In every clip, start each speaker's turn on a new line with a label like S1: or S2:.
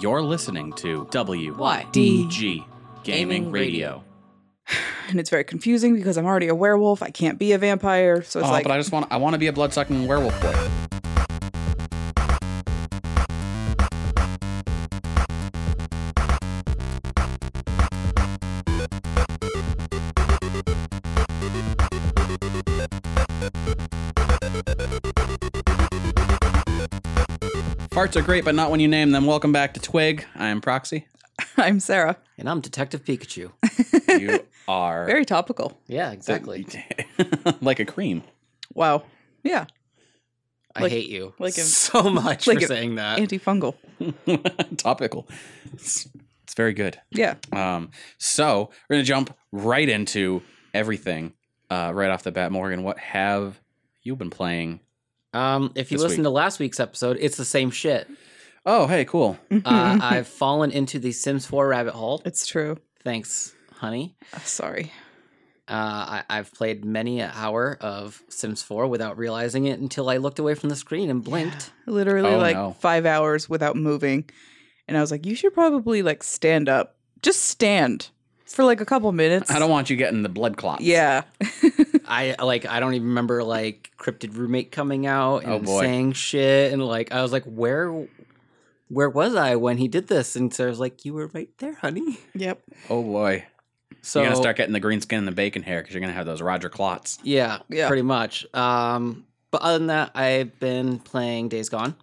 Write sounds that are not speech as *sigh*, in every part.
S1: You're listening to
S2: D.
S1: WDG Gaming
S2: Gaming
S1: Radio.
S2: Radio.
S3: And it's very confusing because I'm already a werewolf. I can't be a vampire. So it's
S1: oh,
S3: like,
S1: but I just want I want to be a bloodsucking werewolf boy. Farts are great, but not when you name them. Welcome back to Twig. I am *laughs* Proxy.
S3: *laughs* I'm Sarah.
S2: And I'm
S3: *laughs*
S2: Detective Pikachu.
S1: You are
S3: Very topical.
S2: Yeah, exactly.
S1: *laughs* like a cream.
S3: Wow. Yeah.
S2: I
S3: Like-
S2: hate you
S3: like a- *laughs*
S2: so much
S3: like
S2: for
S3: a-
S2: saying
S1: Uh,
S2: that.
S3: Antifungal.
S1: Topical. It's, it's very good.
S3: Yeah.
S1: Um, so we're gonna jump right into everything uh, right off the bat. Morgan, what have you been playing?
S2: um, if you
S1: This
S2: listen
S1: week.
S2: to last week's episode, it's the
S3: *laughs*
S2: same shit.
S1: Oh, hey, cool.
S2: Uh, I've fallen into the Sims 4 rabbit hole.
S3: Mm-hmm. it's true.
S2: Thanks, honey.
S3: Uh, Sorry.
S2: Uh, I, I've played many an hour of Sims 4 without realizing it until I looked away from the screen and blinked.
S3: Literally
S1: Oh,
S3: like
S1: no.
S3: five hours without moving. And I was like, you should probably like stand up. Just stand for like a couple minutes.
S1: I don't want you getting the blood clots.
S3: *laughs* Yeah.
S2: I like I don't even remember like Cryptid Roommate coming out
S1: Oh,
S2: and
S1: boy.
S2: saying shit and like I was like where where was I when he did this? And Sarah's like, You were right there, honey.
S3: Yep.
S1: Oh boy.
S2: So
S1: you're gonna start getting the green skin and the bacon hair because you're gonna have those Roger clots.
S2: Yeah,
S3: Yeah.
S2: pretty much. Um, but other than that, I've been playing Days Gone.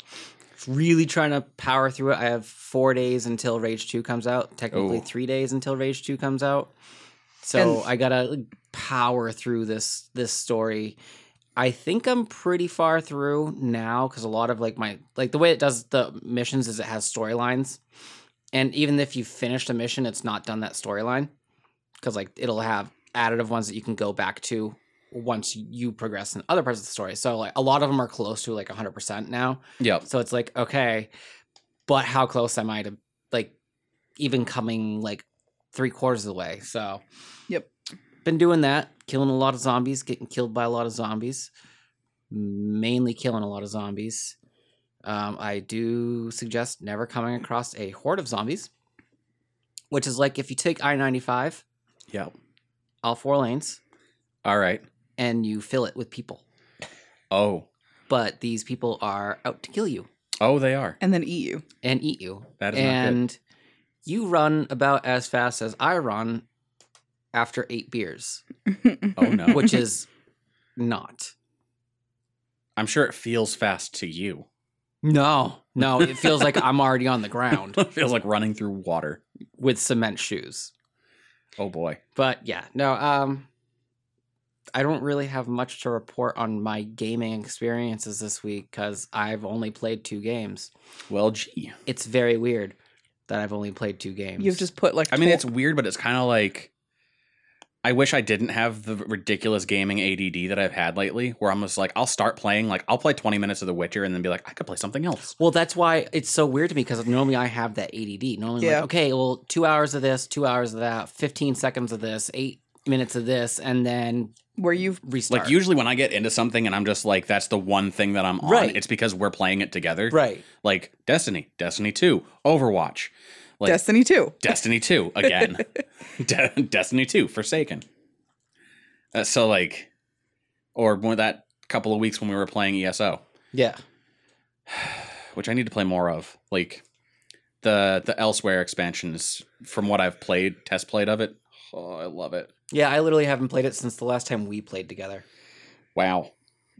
S2: Really trying to power through it. I have four days until Rage Two comes out. Technically,
S1: Ooh.
S2: three days until Rage Two comes out. So
S3: And-
S2: I gotta power through this this story. I think I'm pretty far through now because a lot of like my like the way it does the missions is it has storylines, and even if you finished a mission, it's not done that storyline because like it'll have additive ones that you can go back to once you progress in other parts of the story. So like a lot of them are close to like 100% now.
S1: Yep.
S2: So it's like okay, but how close am I to like even coming like three quarters of the way? So
S3: Yep.
S2: been doing that, killing a lot of zombies, getting killed by a lot of zombies, mainly killing a lot of zombies. Um, I do suggest never coming across a horde of zombies, which is like if you take I ninety five,
S1: Yep.
S2: all four lanes,
S1: All right.
S2: and you fill it with people.
S1: Oh.
S2: But these people are out to kill you
S1: Oh, they are.
S3: And then eat you. *laughs*
S2: and eat you.
S1: That is not
S2: and you run about as fast as I run after eight beers,
S1: Oh, no. *laughs*
S2: which is not.
S1: good. I'm sure it feels fast to you. *laughs*
S2: No, no, it feels like I'm already on
S1: *laughs*
S2: the ground
S1: it feels like running through water.
S2: with cement shoes.
S1: Oh boy.
S2: But yeah, no, um I don't really have much to report on my gaming experiences this week cuz I've only played two games.
S1: Well, gee.
S2: It's very weird that I've only played two games.
S3: You've just put like
S1: I mean,
S3: tw-
S1: it's weird, but it's kind of like I wish I didn't have the ridiculous gaming ADD that I've had lately, where I'm just like, I'll start playing, like I'll play 20 minutes of The Witcher, and then be like, I could play something else.
S2: Well, that's why it's so weird to me because normally I have that ADD. Normally, I'm
S3: Yeah.
S2: like, okay, well, two hours of this, two hours of that, 15 seconds of this, eight minutes of this, and then
S3: where you've
S2: restart.
S1: Like usually when I get into something and I'm just like, that's the one thing that I'm on.
S2: Right.
S1: It's because we're playing it together.
S2: *laughs* right.
S1: Like Destiny, Destiny 2,
S2: *laughs*
S1: Overwatch, like
S3: Destiny 2.
S1: Destiny 2 again, De- Destiny 2, Forsaken. Uh, so like, or when that couple of weeks when we were playing E ESO.
S2: Yeah.
S1: which I need to play more of. Like the the elsewhere expansions from what I've played, test played of it. Oh, I love it.
S2: Yeah, I literally haven't played it since the last time we played together.
S1: Wow.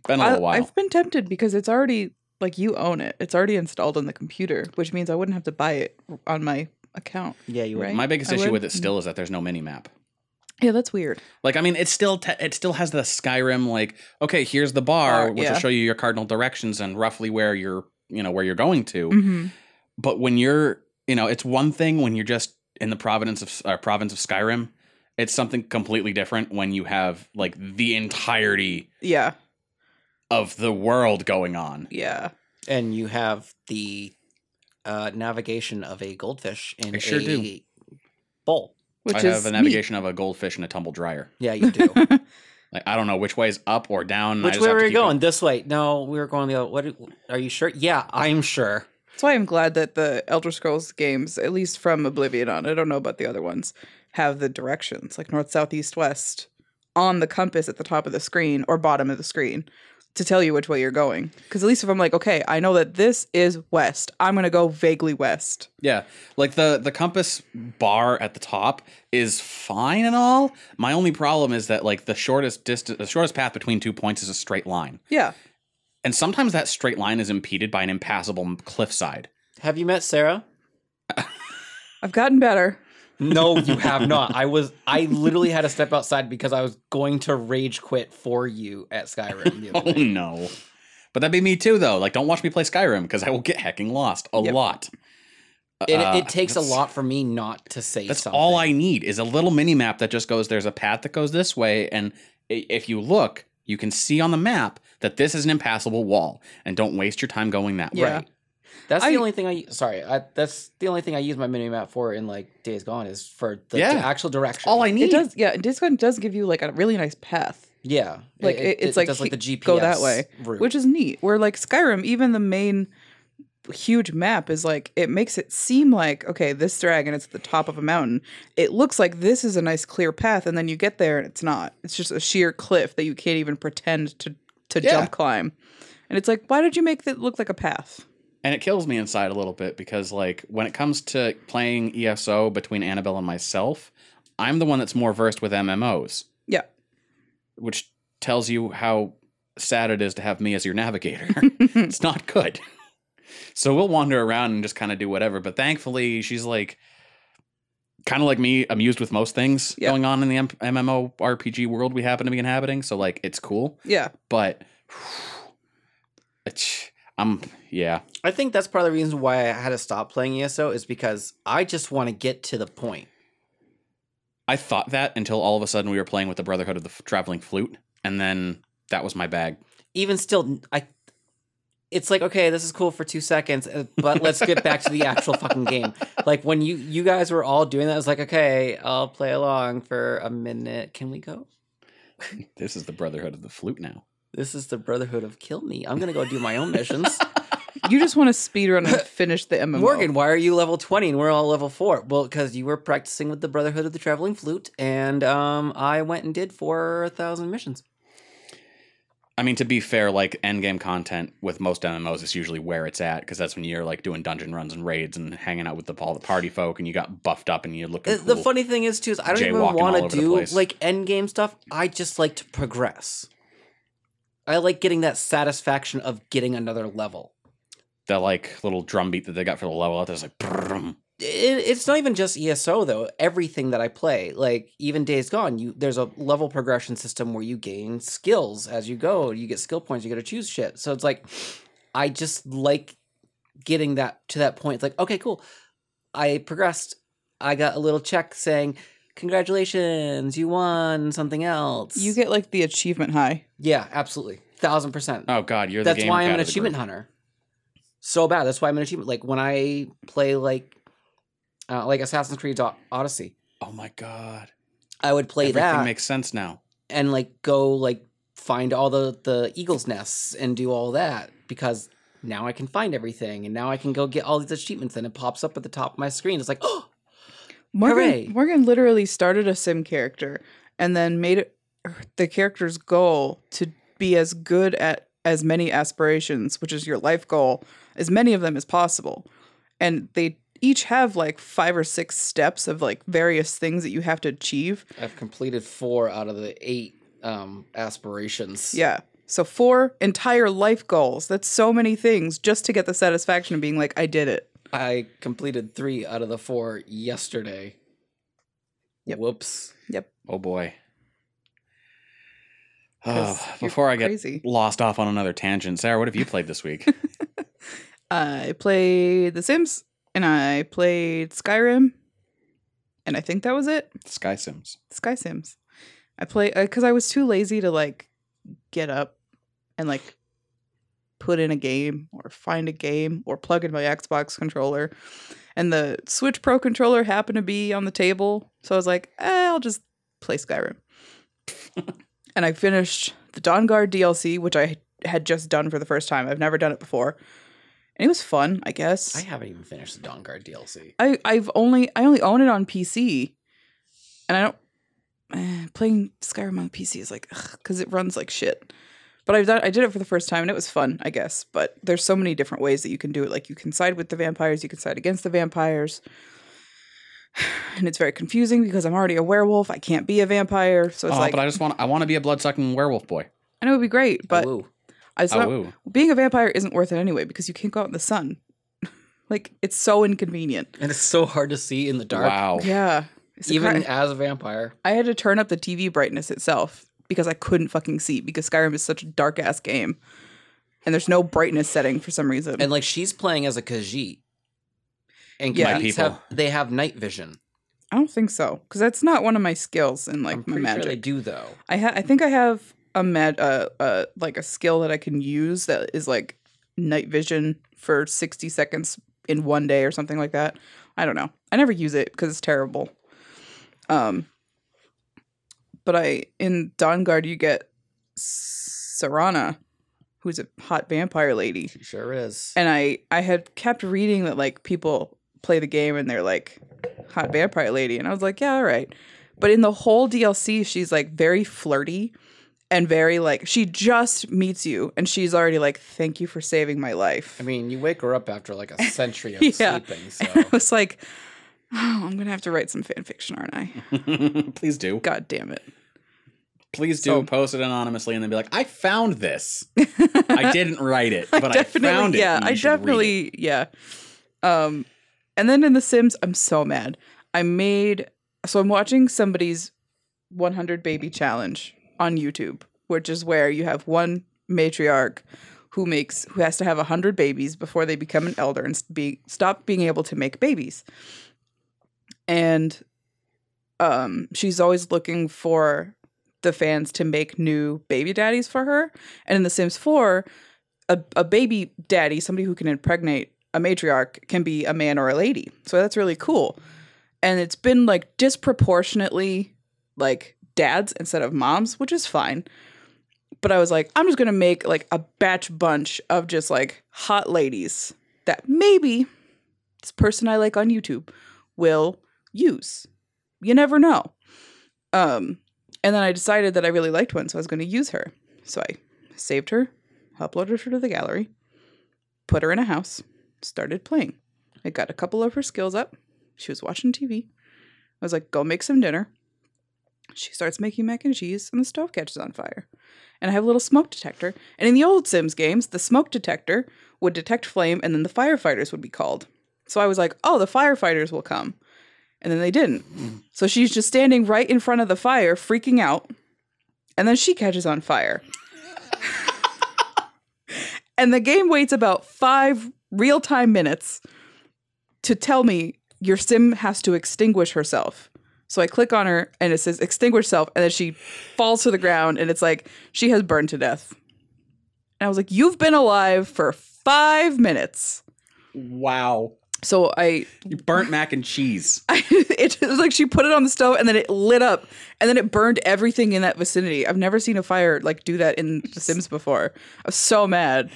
S1: Been a
S3: I,
S1: little while.
S3: I've been tempted because it's already like you own it. It's already installed on the computer, which means I wouldn't have to buy it on my account.
S2: Yeah, you
S3: Right.
S1: My biggest
S3: I
S1: issue
S3: would- mm.
S1: with it still is that there's no mini map.
S3: Yeah, that's weird.
S1: Like I mean, it still te- it still has the Skyrim like okay, here's the bar,
S3: Bar,
S1: which
S3: yeah.
S1: will show you your cardinal directions and roughly where you're you know where you're going to.
S3: Mm-hmm.
S1: But when you're you know, it's one thing when you're just in the province of uh, province of Skyrim. It's something completely different when you have like the entirety
S3: Yeah,
S1: of the world going on.
S3: yeah.
S2: And you have the uh, navigation of a goldfish in
S1: I sure
S2: a
S1: do.
S2: bowl.
S3: Which
S1: I
S3: is
S1: have a navigation of a goldfish and a tumble dryer.
S2: Yeah,
S3: *laughs*
S2: you do.
S3: me.
S1: Like I don't know which way is up or down. and *laughs* I
S2: Which
S1: just
S2: way
S1: have
S2: were
S1: to
S2: you
S1: keep
S2: going? This way. No, we were going the other. What? Are you sure? Yeah, I'm sure.
S3: That's why I'm glad that the Elder Scrolls games, at least from Oblivion on, I don't know about the other ones, have the directions like north, south, east, west on the compass at the top of the screen or bottom of the screen to tell you which way you're going. Because at least if I'm like, okay, I know that this is west, I'm going to go vaguely west.
S1: Yeah, like the the compass bar at the top is fine and all. My only problem is that like the shortest distance, the shortest path between two points is a straight line,
S3: Yeah.
S1: and sometimes that straight line is impeded by an impassable cliffside. *laughs*
S2: Have you met Sarah?
S3: I've gotten better. *laughs*
S2: No, you have not. I was I literally had to step outside because I was going to rage quit for you at Skyrim. The
S1: Oh
S3: *laughs*
S2: other day.
S1: no! But that'd be me too, though. Like, don't watch me play Skyrim because I will get hecking lost a
S3: Yep.
S1: lot.
S2: It,
S1: Uh,
S2: it takes a
S1: that's-
S2: lot for me not to say
S1: That's
S2: something.
S1: all I need is a little mini map that just goes. There's a path that goes this way, and i- if you look, you can see on the map that this is an impassable wall, and don't waste your time going that
S3: Yeah.
S1: way.
S2: That's the
S3: I-
S2: only thing I sorry. I, that's the only thing I use my mini map for in like Days Gone is for the
S1: Yeah.
S2: actual direction.
S1: All I need.
S3: It does, yeah. And Discord does give you like a really nice path,
S2: yeah.
S3: Like, it- it's like,
S2: does like the GPS
S3: go that way,
S2: route.
S3: which is neat. Where like Skyrim, even the main huge map is like, it makes it seem like, okay, this dragon is at the top of a mountain. It looks like this is a nice clear path. And then you get there and it's not. It's just a sheer cliff that you can't even pretend to, to
S1: Yeah.
S3: jump climb. And it's like, why did you make that look like a path? *laughs*
S1: and it kills me inside a little bit because like when it comes to playing ESO between Annabelle and myself, I'm the one that's more versed with MMOs,
S3: Yeah.
S1: which tells you how sad it is to have me as your navigator. it's not good. So we'll wander around and just kind of do whatever, but thankfully she's like kind of like me amused with most things
S3: Yeah.
S1: going on in the M- MMO RPG world we happen to be inhabiting, so like it's cool,
S3: yeah.
S1: but *sighs* it's, I'm yeah.
S2: I think that's part of the reason why I had to stop playing ESO is because I just want to get to the point.
S1: I thought that until all of a sudden we were playing with the Brotherhood of the F- Traveling Flute, and then that was my bag. *laughs*
S2: Even still, I. It's like okay, this is cool for two seconds, uh, but let's get back to the actual fucking game. Like when you you guys were all doing that, it's like okay, I'll play along for a minute. Can we go?
S1: This is the Brotherhood of the Flute now.
S2: This is the Brotherhood of Kill Me. I'm gonna go do my own missions.
S3: You just want to speedrun and finish the MMO.
S2: Morgan, why are you level 20 and we're all level 4? Well, because you were practicing with the Brotherhood of the Traveling Flute, and um, I went and did 4,000 missions.
S1: I mean, to be fair, like endgame content with most MMOs is usually where it's at because that's when you're like doing dungeon runs and raids and hanging out with the, all the party folk, and you got buffed up and you're looking.
S2: Uh, The
S1: cool.
S2: funny thing is, too, is I don't even
S1: Jaywalking all
S2: want
S1: over
S2: to
S1: the
S2: do
S1: place.
S2: like end game stuff. I just like to progress. I like getting that satisfaction of getting another level.
S1: the like little drum beat that they got for the level up, there's like, brum.
S2: it, it's not even just ESO though. Everything that I play, like even Days Gone, you there's a level progression system where you gain skills as you go. You get skill points. You get to choose shit. So it's like, I just like getting that to that point. It's like, okay, cool. I progressed. I got a little check saying, "Congratulations, you won something else."
S3: You get like the achievement high.
S2: yeah, absolutely, thousand percent
S1: oh god, you're the
S2: that's
S1: game
S2: why
S1: cat
S2: I'm an
S1: of the
S2: achievement
S1: group.
S2: hunter. So bad. That's why I'm an achievement. Like when I play like uh, like Assassin's Creed O- Odyssey,
S1: Oh my god,
S2: I would play
S1: everything
S2: that
S1: makes sense now.
S2: and like go like find all the the eagles nests and do all that because now I can find everything and now I can go get all these achievements and it pops up at the top of my screen. It's like, *gasps* oh,
S3: Morgan,
S2: Hooray.
S3: Morgan literally started a sim character and then made it er, the character's goal to be as good at as many aspirations, which is your life goal, as many of them as possible. And they each have like five or six steps of like various things that you have to achieve.
S2: I've completed four out of the eight um aspirations.
S3: Yeah. So four entire life goals. That's so many things just to get the satisfaction of being like, I did it.
S2: I completed three out of the four yesterday.
S3: Yep.
S2: Whoops.
S1: Oh boy. *sighs*
S3: 'Cause
S1: Ah,
S3: you're
S1: before I get
S3: crazy.
S1: lost off on another tangent, Sarah, what have you played this
S2: *laughs*
S1: week?
S3: I played The Sims and I played Skyrim. And I think that was it.
S1: Sky Sims.
S3: Sky Sims. I play because I was too lazy to like get up and like put in a game or find a game or plug in my Xbox controller. And the Switch Pro controller happened to be on the table. So I was like, eh, I'll just play Skyrim. and I finished the Dawn Guard DLC, which I had just done for the first time. I've never done it before. and it was fun, I guess.
S2: I haven't even finished the Dawn Guard DLC.
S3: I I've only I only own it on PC, and I don't eh, playing Skyrim on PC is like because it runs like shit. But I've done I did it for the first time and it was fun, I guess. But there's so many different ways that you can do it. Like you can side with the vampires, you can side against the vampires, *sighs* and it's very confusing because I'm already a werewolf. I can't be a vampire, so
S1: Oh,
S3: it's like
S1: but I
S3: I,
S1: just want I want to be a blood sucking werewolf boy.
S3: know it'd be great, but
S2: Woo.
S3: I just
S1: Oh,
S3: don't-
S1: ooh.
S3: being a vampire isn't worth it anyway because you can't go out in the sun. *laughs* like it's so inconvenient.
S2: and it's so hard to see in the dark,
S1: Wow.
S3: Yeah. It's a
S2: even
S3: cri-
S2: as a vampire.
S3: I had to turn up the TV brightness itself because I couldn't fucking see because Skyrim is such a dark ass game. And there's no brightness setting for some reason.
S2: And like she's playing as a Khajiit, and
S3: Yeah.
S1: My
S2: Khajiits
S1: people.
S2: have they have night vision.
S3: I don't think so because that's not one of my skills in like
S2: I'm
S3: my
S2: pretty
S3: magic.
S2: sure they do though.
S3: I ha- I think I have a mag- uh, uh, like a skill that I can use that is like night vision for 60 seconds in one day or something like that. I don't know. I never use it because it's terrible. Um, but I in Dawn Guard you get Serana, who's a hot vampire lady
S2: She sure is.
S3: and I I had kept reading that like people play the game and they're like hot vampire lady and I was like yeah all right but in the whole DLC she's like very flirty and very like she just meets you and she's already like thank you for saving my life *laughs*
S2: I mean, you wake her up after like a century of
S3: Yeah.
S2: sleeping, so
S3: *laughs* I was like oh, I'm gonna have to write some fan fiction aren't I
S1: *laughs* Please do.
S3: god damn it
S1: Please do
S3: So-
S1: post it anonymously and then be like, I found this.
S3: *laughs*
S1: I didn't write it, *laughs* but I, found it.
S3: yeah
S1: and you
S3: I
S1: should read it."
S3: definitely yeah um and then in the Sims I'm so mad I made so I'm watching somebody's 100 baby challenge on YouTube which is where you have one matriarch who makes who has to have 100 babies before they become an elder and s- be, stop being able to make babies and um she's always looking for the fans to make new baby daddies for her and in the sims 4 a, a baby daddy, somebody who can impregnate a matriarch, can be a man or a lady. So that's really cool. And it's been like disproportionately like dads instead of moms, which is fine. But I was like, I'm just gonna make like a batch bunch of just like hot ladies that maybe this person I like on YouTube will use. You never know. Um, and then I decided that I really liked one, so I was gonna use her. So I saved her, uploaded her to the gallery, put her in a house, started playing. I got a couple of her skills up. She was watching TV. I was like, go make some dinner. She starts making mac and cheese, and the stove catches on fire. And I have a little smoke detector. And in the old Sims games, the smoke detector would detect flame, and then the firefighters would be called. So I was like, oh, the firefighters will come. And then they didn't. So she's just standing right in front of the fire, freaking out. And then she catches on fire. And the game waits about five real time minutes to tell me your sim has to extinguish herself. So I click on her and it says extinguish self, and then she falls to the ground and it's like she has burned to death. And I was like, You've been alive for five minutes.
S1: Wow.
S3: So I, *laughs*
S1: You burnt mac and cheese. *laughs*
S3: I it was like she put it on the stove and then it lit up and then it burned everything in that vicinity. I've never seen a fire like do that in The Sims before. I was so mad.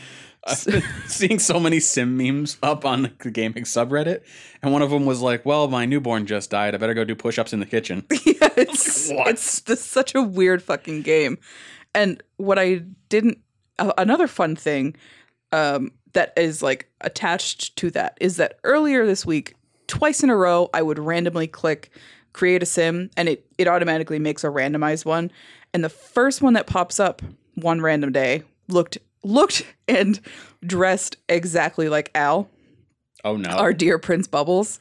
S1: I've been seeing so many sim memes up on the gaming subreddit, and one of them was like, "Well, my newborn just died. I better go do push-ups in the
S3: *laughs*
S1: kitchen."
S3: yeah,
S1: *laughs*
S3: it's
S1: What?
S3: it's this, such a weird fucking game. And what I didn't uh, another fun thing um, that is like attached to that is that earlier this week, twice in a row, I would randomly click create a sim, and it it automatically makes a randomized one. And the first one that pops up one random day looked looked *laughs* and dressed exactly like Al
S1: Oh no,
S3: our dear Prince Bubbles.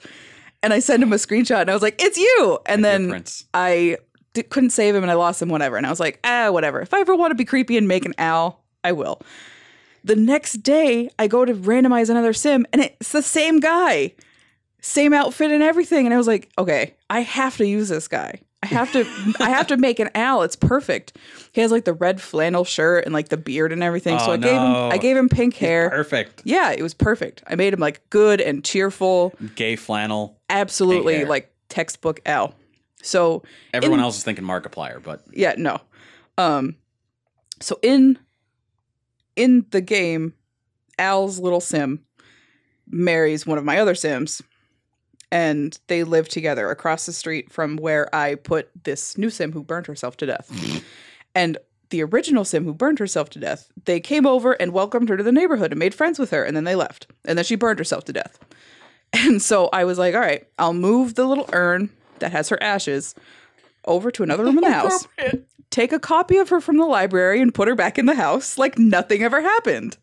S3: And I sent him a screenshot and I was like, it's you. And
S1: Dear
S3: then
S1: Prince.
S3: I d- couldn't save him and I lost him, whatever. And I was like, ah, whatever. If I ever want to be creepy and make an owl, I will. The next day, I go to randomize another sim and it's the same guy, same outfit and everything. And I was like, okay, I have to use this guy. I have to, *laughs* I have to make an owl. It's perfect. He has like the red flannel shirt and like the beard and everything. so
S1: Oh,
S3: I gave him,
S1: no.
S3: I gave him pink hair.
S1: perfect.
S3: Yeah, it was perfect. I made him like good and cheerful,
S1: Gay flannel. Pink
S3: absolutely
S1: hair.
S3: like textbook L. So
S1: Everyone
S3: In-
S1: else is thinking Markiplier,
S3: *laughs*
S1: but
S3: yeah, no. Um, so in in the game, Al's little sim marries one of my other Sims, and they live together across the street from where I put this new Sim who burned herself to death. and the original Sim who burned herself to death, they came over and welcomed her to the neighborhood and made friends with her, and then they left. And then she burned herself to death. *laughs* And so I was like, all right, I'll move the little urn that has her ashes over to another room in the house take a copy of her from the library and put her back in the house like nothing ever happened.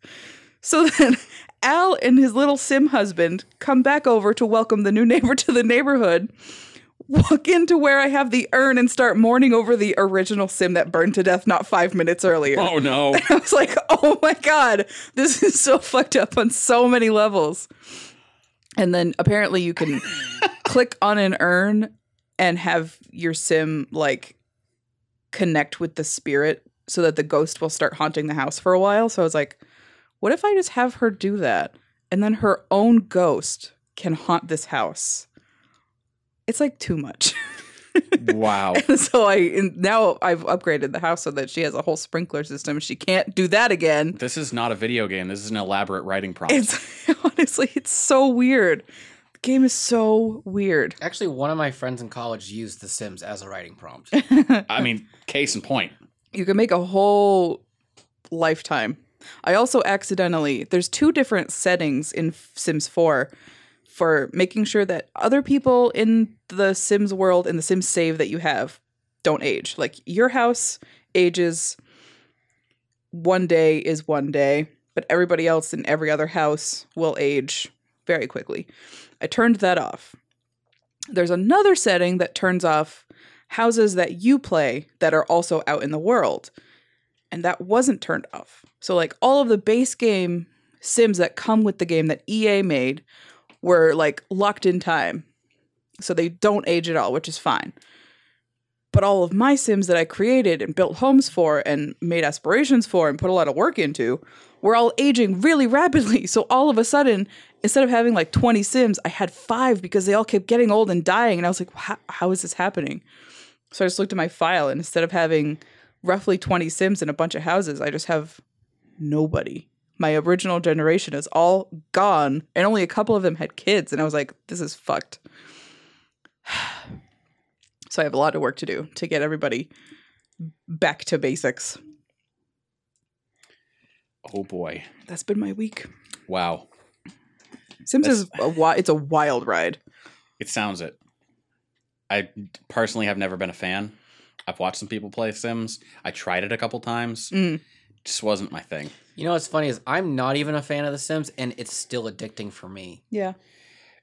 S3: So *laughs* then Al and his little sim husband come back over to welcome the new neighbor to the neighborhood, walk into where I have the urn and start mourning over the original sim that burned to death not five minutes earlier.
S1: Oh no.
S3: *laughs* I was like, oh my God, this is so fucked up on so many levels. And then apparently you can click on an urn and have your sim like connect with the spirit so that the ghost will start haunting the house for a while. So I was like, what if I just have her do that? And then her own ghost can haunt this house. It's like too much. *laughs*
S1: wow.
S3: And so I and now I've upgraded the house so that she has a whole sprinkler system. She can't do that again.
S1: This is not a video game. This is an elaborate writing prompt.
S3: It's *laughs* honestly, it's so weird. The game is so weird.
S2: Actually, one of my friends in college used The Sims as a writing
S3: *laughs*
S2: prompt.
S1: I mean, case in point.
S3: you can make a whole lifetime. I also accidentally there's two different settings in F- Sims 4 for making sure that other people in the Sims world and the Sims save that you have don't age. Like your house ages one day is one day, but everybody else in every other house will age very quickly. I turned that off. There's another setting that turns off houses that you play that are also out in the world. And that wasn't turned off. So, like, all of the base game Sims that come with the game that EA made were like locked in time. So they don't age at all, which is fine. But all of my Sims that I created and built homes for and made aspirations for and put a lot of work into were all aging really *laughs* rapidly. So all of a sudden, instead of having like 20 Sims, I had five because they all kept getting old and dying. And I was like, how, how is this happening? So I just looked at my file, and instead of having roughly 20 Sims in a bunch of houses, I just have nobody. My original generation is all gone, and only a couple of them had kids. And I was like, this is fucked. *sighs* So I have a lot of work to do to get everybody back to basics.
S1: Oh boy.
S3: That's been my week.
S1: Wow.
S3: Sims
S1: That's-
S3: is a wi- it's a wild ride.
S1: It sounds it. I personally have never been a fan. I've watched some people play Sims. I tried it a couple times.
S3: Mm.
S1: Just wasn't my thing.
S2: you know what's funny is I'm not even a fan of The Sims, and it's still addicting for me.
S3: Yeah.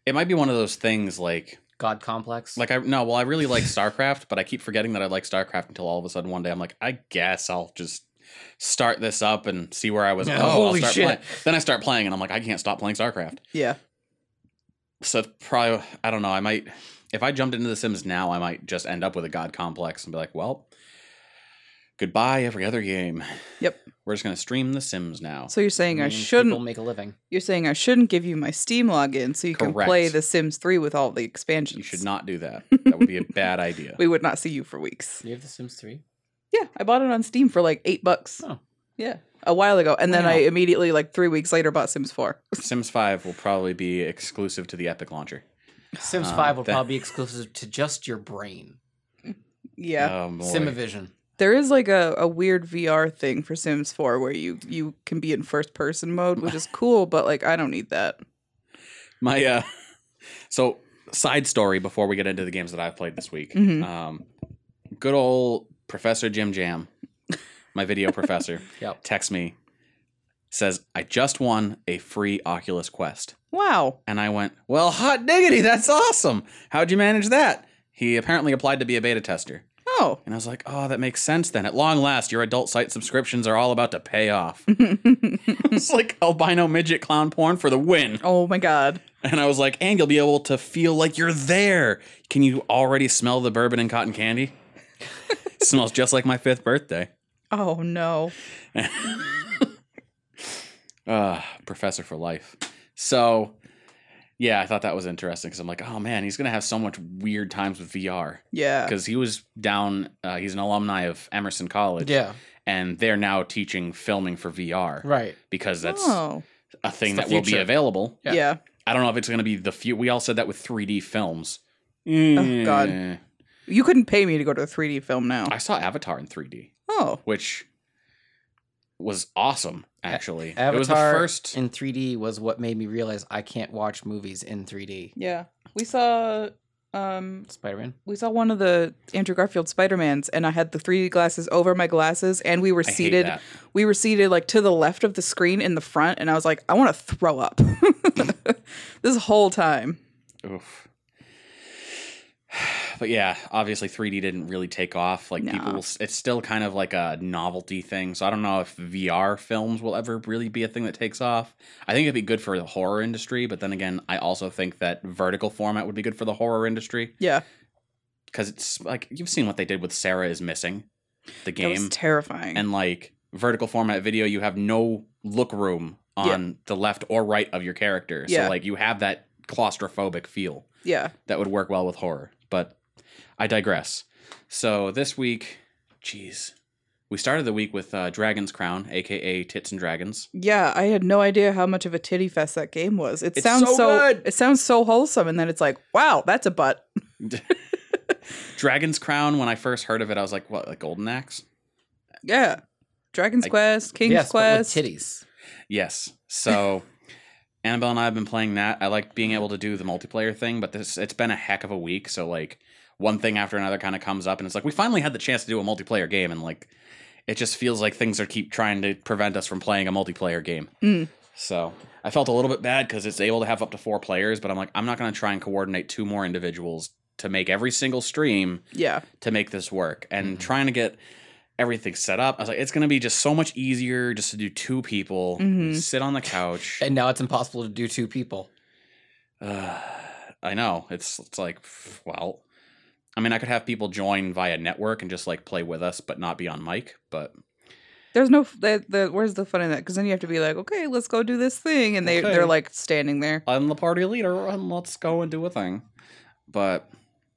S1: It might be one of those things like
S2: God complex.
S1: like I no, well I really like StarCraft, but I keep forgetting that I like StarCraft until all of a sudden one day I'm like, I guess I'll just start this up and see where I was. Oh,
S2: Yeah,
S1: I'll
S2: holy
S1: start
S2: shit.
S1: playing. Then I start playing and I'm like, I can't stop playing StarCraft.
S3: Yeah.
S1: So it's probably I don't know. I might if I jumped into The Sims now, I might just end up with a god complex and be like, well, goodbye every other game.
S3: Yep.
S1: We're just gonna stream The Sims now.
S3: So you're saying I,
S2: mean,
S3: shouldn't
S2: People make a living.
S3: You're saying I shouldn't give you my Steam login so you can
S1: Correct.
S3: play The Sims 3 with all the expansions.
S1: you should not do
S3: *laughs*
S1: that. That would be a bad idea.
S3: We would not see you for weeks.
S2: Do you have The Sims 3?
S3: Yeah, I bought it on Steam for like eight bucks.
S2: Oh.
S3: Yeah, a while ago, and then I
S1: Wow.
S3: immediately, like three weeks later, bought Sims 4.
S1: Sims 5 will probably be exclusive to the Epic launcher.
S2: Sims
S1: Um,
S2: 5 will
S1: that-
S2: probably be exclusive to just your brain.
S3: Yeah,
S1: Oh, boy.
S2: Simivision.
S3: there is like a, a weird VR thing for Sims 4 where you you can be in first person mode, which is cool, but like I don't need that.
S1: My uh so side story before we get into the games that I've played this week.
S3: Mhm.
S1: Um good old Professor Jim Jam, my
S3: *laughs*
S1: video professor, *laughs*
S2: Yep.
S1: texts me, says, I just won a free Oculus Quest.
S3: Wow.
S1: And I went, Well, hot diggity, that's awesome. How'd you manage that? He apparently applied to be a beta tester.
S3: Oh, *laughs*
S1: And I was like, oh, that makes sense then. At long last, your adult site subscriptions are all about to pay off. *laughs* it's like albino midget clown porn for the win.
S3: oh my God.
S1: And I was like, and you'll be able to feel like you're there. Can you already smell the bourbon and cotton candy? *laughs* it smells just like my fifth birthday.
S3: Oh no.
S1: Uh, professor for life. So, yeah, I thought that was interesting because I'm like, oh man, he's going to have so much weird times with VR.
S3: Yeah.
S1: Because he was down, uh, he's an alumni of Emerson College.
S2: Yeah,
S1: And they're now teaching filming for VR
S2: right.
S1: because that's
S3: oh.
S1: a thing
S2: It's the
S1: that will be
S2: future.
S1: available.
S2: Yeah.
S3: yeah.
S1: I don't know if it's going to be the few. We all said that with 3D films.
S2: Mm.
S3: Oh, God.
S1: Eh.
S3: You couldn't pay me to go to a 3D film now.
S1: I saw Avatar in 3D,
S3: oh,
S1: which was awesome. Actually,
S2: Avatar
S1: it was the first.
S2: in 3D was what made me realize I can't watch movies in 3D.
S3: yeah. We saw um
S2: Spider Man.
S3: we saw one of the Andrew Garfield Spider-Mans and I had the 3D glasses over my glasses and we were
S1: I hate
S3: seated
S1: that.
S3: we were seated like to the left of the screen in the front and I was like I want to throw up. *laughs* this whole time.
S1: Oof. *sighs* But yeah, obviously 3D didn't really take off. Like
S3: No.
S1: people, will, s- it's still kind of like a novelty thing. So I don't know if VR films will ever really be a thing that takes off. I think it'd be good for the horror industry, but then again, I also think that vertical format would be good for the horror industry
S3: Yeah.
S1: because it's like you've seen what they did with Sarah is missing, the
S3: It was
S1: game,
S3: terrifying.
S1: and like vertical format video, you have no look room on
S3: Yeah.
S1: the left or right of your character.
S3: Yeah.
S1: So like you have that claustrophobic feel
S3: yeah.
S1: that would work well with horror. But I digress. So this week, jeez, we started the week with uh, Dragon's Crown, aka Tits and Dragons.
S3: Yeah, I had no idea how much of a titty fest that game was. It
S1: It's
S3: sounds
S1: so
S3: so,
S1: good.
S3: it sounds so wholesome and then it's like, wow, that's a butt.
S1: Dragon's Crown. When I first heard of it, I was like, "What? Like Golden Axe?"
S3: Yeah. Dragon's
S1: I-
S3: Quest, King's
S2: yes, but with
S3: Quest.
S2: titties.
S1: Yes. So Annabelle and I have been playing that. I like being able to do the multiplayer thing, but this it's been a heck of a week. So like one thing after another kind of comes up, and it's like we finally had the chance to do a multiplayer game, and like it just feels like things are keep trying to prevent us from playing a multiplayer game.
S3: Mm.
S1: So I felt a little bit bad because it's able to have up to four players, but I'm like I'm not going to try and coordinate two more individuals to make every single stream
S3: Yeah.
S1: to make this work and
S2: Mhm.
S1: trying to get everything set up. I was like, it's going to be just so much easier just to do two people,
S3: Mhm.
S1: sit on the couch.
S2: And now it's impossible to do two people.
S1: Ugh, *sighs* I know. It's, it's like, pff, well, I mean, I could have people join via network and just like play with us, but not be on mic. But
S3: There's no f- the, the where's the fun in that? Because then you have to be like, okay, let's go do this thing, and they
S1: Okay.
S3: they're like standing there.
S1: I'm the party leader and let's go and do a thing. But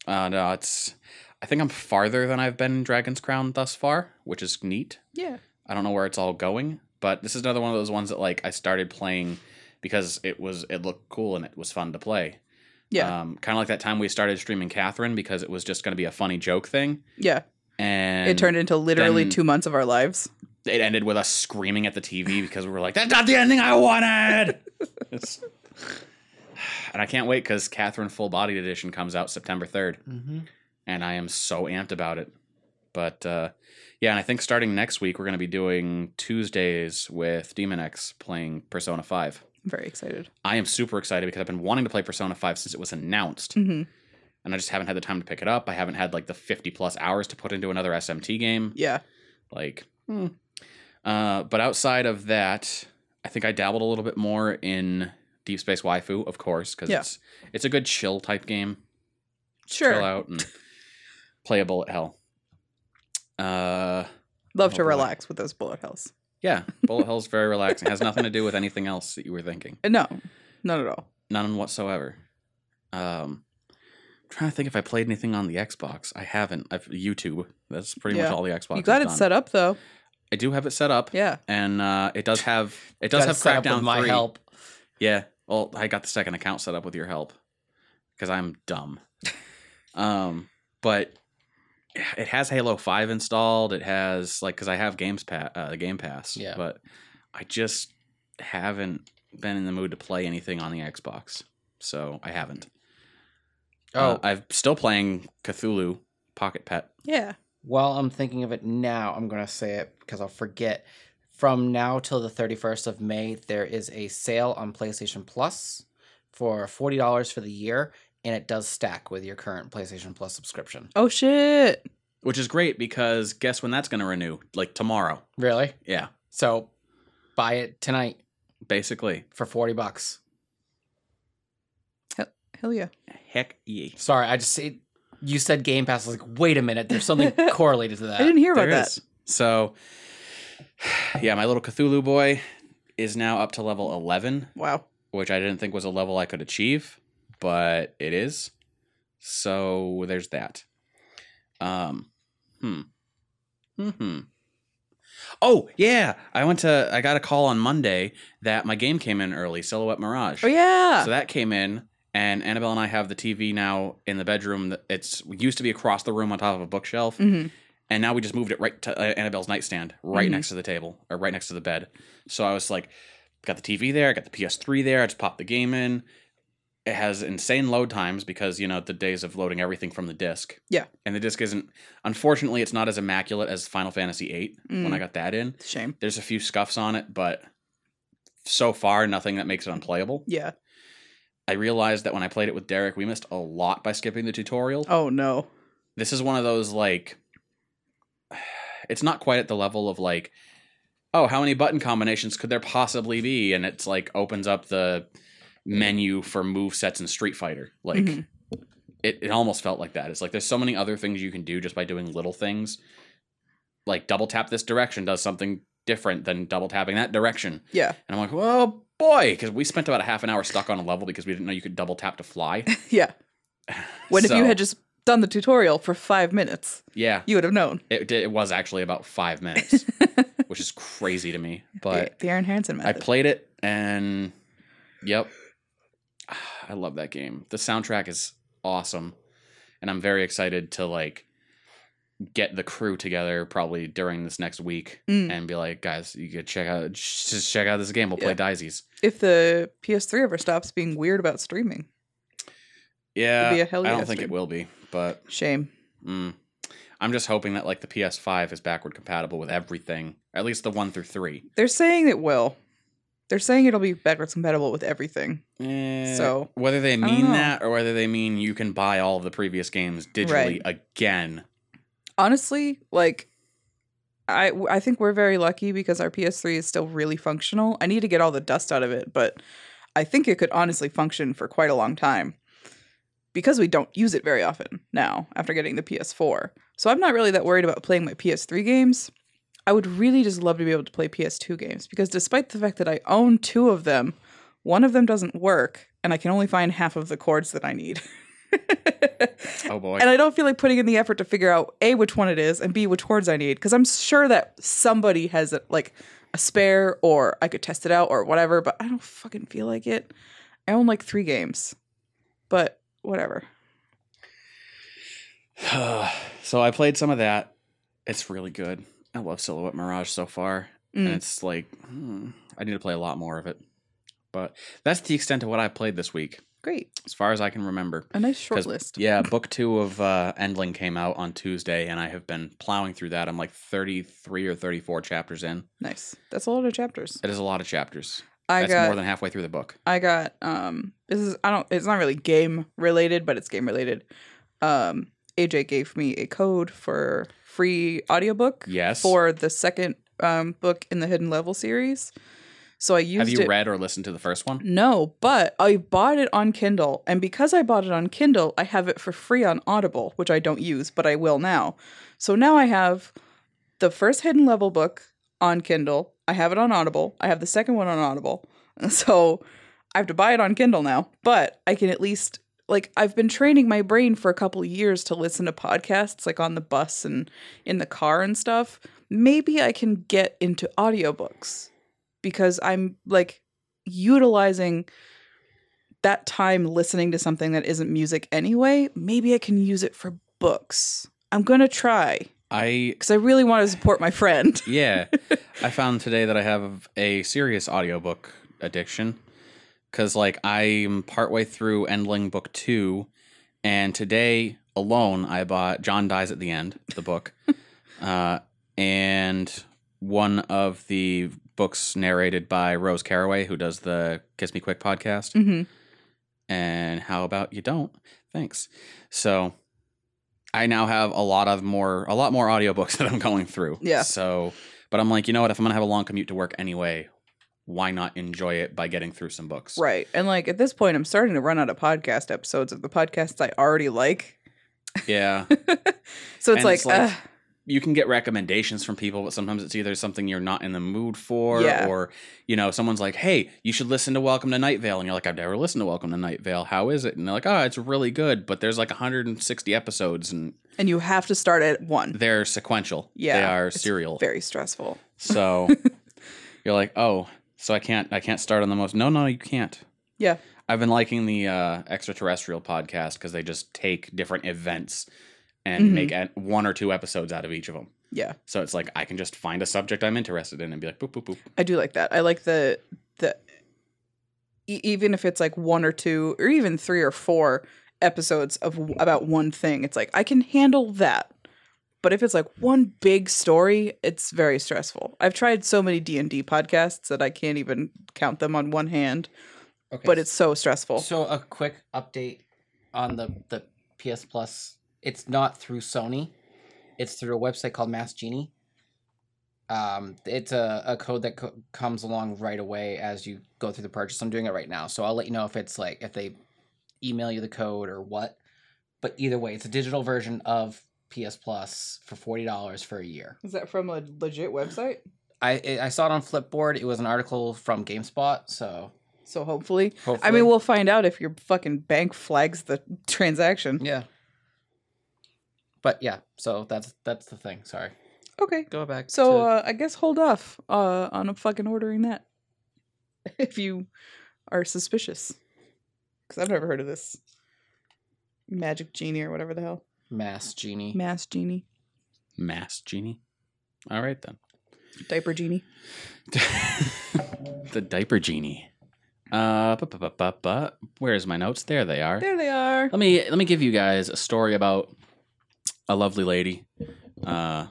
S1: uh, no, it's, I think I'm farther than I've been in Dragon's Crown thus far, which is neat.
S3: Yeah.
S1: I don't know where it's all going, but this is another one of those ones that like I started playing because it was it looked cool and it was fun to play.
S3: Yeah.
S1: Um, kind of like that time we started streaming Catherine because it was just going to be a funny joke thing,
S3: yeah.
S1: and
S3: It turned into literally
S1: then-
S3: two months of our lives.
S1: it ended with us screaming at the TV because we were like, "That's not the ending I
S3: *laughs*
S1: wanted." It's- *sighs* and I can't wait because Catherine Full Body Edition comes out September third.
S2: Mm-hmm.
S1: and I am so amped about it. But uh, yeah, and I think starting next week we're going to be doing Tuesdays with Demon X playing Persona Five.
S3: I'm very excited.
S1: I am super excited because I've been wanting to play Persona Five since it was announced,
S3: hmm
S1: and I just haven't had the time to pick it up. I haven't had like the fifty plus hours to put into another SMT game.
S3: Yeah.
S1: Like, hmm. uh, but outside of that, I think I dabbled a little bit more in Deep Space Waifu, of course, because
S3: Yeah.
S1: it's it's a good chill type game chill
S3: Sure.
S1: out and play a bullet hell. Uh,
S3: Love
S1: Oh,
S3: to
S1: boy.
S3: relax with those bullet hells.
S1: yeah, bullet hell's very relaxing. Has nothing to do with anything else that you were thinking,
S3: Uh, No, not at all.
S1: none whatsoever. Um, trying to think if I played anything on the Xbox. I haven't. I've YouTube. That's pretty much
S3: Yeah.
S1: all the Xbox.
S3: You got it set up though.
S1: I do have it set up,
S3: Yeah.
S1: and uh, it does have it does have Crackdown
S2: my
S1: three.
S2: help.
S1: Yeah. Well, I got the second account set up with your help because I'm
S2: *laughs*
S1: dumb. um, but it has Halo Five installed. It has like because I have Games Pass, uh, the Game Pass.
S2: Yeah.
S1: But I just haven't been in the mood to play anything on the Xbox, so I haven't.
S2: Oh,
S1: Uh, I'm still playing Cthulhu Pocket Pet.
S3: Yeah.
S2: while I'm thinking of it now, I'm going to say it because I'll forget. From now till the 31st of May, there is a sale on PlayStation Plus for $40 for the year, and it does stack with your current PlayStation Plus subscription.
S3: Oh shit.
S1: Which is great because guess when that's going to renew? Like tomorrow.
S2: Really?
S1: Yeah,
S2: So buy it tonight
S1: basically.
S2: for 40 bucks.
S3: Hell yeah.
S1: Heck yeah.
S2: Sorry, I just it, you said Game Pass. I was like, wait a minute,
S3: *laughs*
S2: there's something correlated to that.
S3: I didn't hear about
S1: There
S3: that.
S1: is. So, *sighs* yeah, my little Cthulhu boy is now up to level 11,
S3: Wow.
S1: which I didn't think was a level I could achieve, but it is. So there's that. Um, hmm. Hmm. Oh yeah, I went to. I got a call on Monday that my game came in early. Silhouette Mirage.
S3: Oh yeah.
S1: So that came in, and Annabelle and I have the TV now in the bedroom. that- It's it used to be across the room on top of a bookshelf,
S3: Mhm.
S1: and now we just moved it right to uh, Annabelle's nightstand, right
S3: Mhm.
S1: next to the table or right next to the bed. So I was like, got the TV there, I got the PS3 there. I just popped the game in. It has insane load times because you know the days of loading everything from the disc.
S3: Yeah.
S1: and the disc isn't. Unfortunately, it's not as immaculate as Final Fantasy VIII when
S3: Mm.
S1: I got that in.
S3: Shame.
S1: There's a few scuffs on it, but so far nothing that makes it unplayable.
S3: Yeah.
S1: I realized that when I played it with Derek, we missed a lot by skipping the tutorial.
S3: Oh no.
S1: This is one of those like it's not quite at the level of like oh, how many button combinations could there possibly be and it's like opens up the menu for move sets in Street Fighter. Like
S3: Mhm.
S1: it, it almost felt like that. It's like there's so many other things you can do just by doing little things. Like double tap this direction does something different than double tapping that direction.
S3: Yeah. *laughs*
S1: And I'm like, "Well, boy, cuz we spent about a half an hour stuck on a level because we didn't know you could double tap to fly." *laughs*
S3: Yeah. When if
S1: So,
S3: you had just done the tutorial for five minutes,
S1: yeah,
S3: you would
S1: *laughs*
S3: have known. *laughs*
S1: it did, it was actually about five minutes, which is crazy to
S3: *laughs*
S1: me. But
S3: the Aaron Hansen
S1: I
S3: method.
S1: played it, and yep, *sighs* I love that game. The soundtrack is awesome, and I'm very excited to like get the crew together probably during this next week
S3: Mm.
S1: and be like, guys, you could check out just check out this game. We'll play
S3: Yeah.
S1: Daisies.
S3: if the PS3 ever stops being weird about streaming,
S1: Yeah,
S3: it'd be a hell
S1: Uh, I
S3: yeah.
S1: don't think it
S3: stream.
S1: will be, but
S3: Shame.
S1: mm, I'm just hoping that like the PS5 is backward compatible with everything, at least the one through three.
S3: They're saying it will. They're saying it'll be backwards compatible with everything.
S1: So
S3: So,
S1: Eh, whether they
S3: don't
S1: mean
S3: know.
S1: that or whether they mean you can buy all of the previous games digitally again.
S3: Honestly, like I I think we're very lucky because our PS3 is still really functional. I need to get all the dust out of it, but I think it could honestly function for quite a long time. Because we don't use it very often now after getting the PS4. So I'm not really that worried about playing my PS3 games. I would really just love to be able to play PS2 games because despite the fact that I own two of them, one of them doesn't work and I can only find half of the chords that I need. *laughs*
S1: Oh boy.
S3: and I don't feel like putting in the effort to figure out a which one it is and b which chords I need because I'm sure that somebody has like a spare or I could test it out or whatever, but I don't fucking feel like it. I own like three games, but whatever.
S1: *sighs* so I played some of that. It's really good. I love Silhouette Mirage so far. And
S3: Mm.
S1: it's like, hmm, I need to play a lot more of it. But that's the extent of what I played this week,
S3: Great,
S1: as far as I can remember.
S3: a nice short
S1: 'Cause-
S3: list. *laughs*
S1: Yeah, book two of uh, Endling came out on Tuesday, and I have been plowing through that. I'm like 33 or 34 chapters in.
S3: Nice. That's a lot of chapters.
S1: It is a lot of chapters.
S3: I
S1: That's
S3: got.
S1: more than halfway through the book.
S3: I got um this is I don't it's not really game related, but it's game related. Um AJ gave me a code for free audiobook
S1: Yes.
S3: for the second um book in the Hidden Level series. So I used
S1: Have you
S3: it
S1: read or listened to the first one?
S3: Um, No, but I bought it on Kindle and because I bought it on Kindle, I have it for free on Audible, which I don't use, but I will now. So now I have the first Hidden Level book on Kindle. I have it on Audible. I have the second one on Audible. *laughs* So I have to buy it on Kindle now, but I can at least like I've been training my brain for a couple of years to listen to podcasts like on the bus and in the car and stuff. Maybe I can get into audiobooks because I'm like utilizing that time listening to something that isn't music anyway. Maybe I can use it for books. I'm going to try
S1: I
S3: because I really want to support my friend. *laughs*
S1: yeah, I found today that I have a serious audiobook addiction cuz like I'm partway through Endling book 2 and today alone I bought John Dies at the End, the
S3: *laughs*
S1: book. uh and one of the books narrated by Rose Caraway who does the Kiss Me Quick podcast.
S3: hmm
S1: and how about you don't thanks so i now have a lot of more a lot more audiobooks *laughs* that i'm going through
S3: Yeah.
S1: so but i'm like you know what if i'm gonna have a long commute to work anyway why not enjoy it by getting through some books
S3: Right. And like at this point, I'm starting to run out of podcast episodes of the podcasts I already like. *laughs*
S1: yeah
S3: So it's
S1: And
S3: like,
S1: it's like-
S3: ugh,
S1: you can get recommendations from people but sometimes it's either something you're not in the mood for
S3: Yeah.
S1: or you know someone's like hey you should listen to welcome to night vale and you're like i've never listened to welcome to night vale how is it and they're like oh it's really good but there's like 160 episodes and
S3: and you have to start at one.
S1: they're sequential
S3: Yeah,
S1: they are
S3: it's
S1: serial
S3: Very stressful.
S1: So you're like, oh, so I can't I can't start on the most. No, no, you can't.
S3: Yeah.
S1: I've been liking the uh, extraterrestrial podcast because they just take different events and
S3: Mhm.
S1: make an- one or two episodes out of each of them.
S3: Yeah.
S1: So it's like I can just find a subject I'm interested in and be like, boop boop boop.
S3: I do like that. I like the the e- even if it's like one or two or even three or four episodes of w- about one thing, it's like I can handle that. But if it's like one big story, it's very stressful. I've tried so many D and D podcasts that I can't even count them on one hand.
S2: Okay.
S3: But it's so stressful.
S2: So a quick update on the the PS Plus. It's not through Sony. It's through a website called Mass Genie. Um, it's a, a code that co- comes along right away as you go through the purchase. I'm doing it right now, so I'll let you know if it's like if they email you the code or what. But either way, it's a digital version of PS Plus for forty dollars for a year.
S3: Is that from a legit website?
S2: I I- I saw it on Flipboard. It was an article from GameSpot, so
S3: So hopefully,
S2: hopefully.
S3: I mean, we'll find out if your fucking bank flags the transaction.
S2: Yeah. But yeah, so that's that's the thing. Sorry.
S3: Okay.
S2: Go back.
S3: So
S2: to,
S3: uh, I guess hold off uh, on fucking ordering that *laughs* if you are suspicious, because I've never heard of this magic genie or whatever the hell
S2: Mass Genie.
S3: mass genie,
S1: Mass genie. All right then. *laughs*
S3: diaper genie.
S1: the diaper genie. Uh, bu- bu- bu- bu- bu- where's my notes? There they are.
S3: There they are.
S1: Let me let me give you guys a story about a lovely lady uh,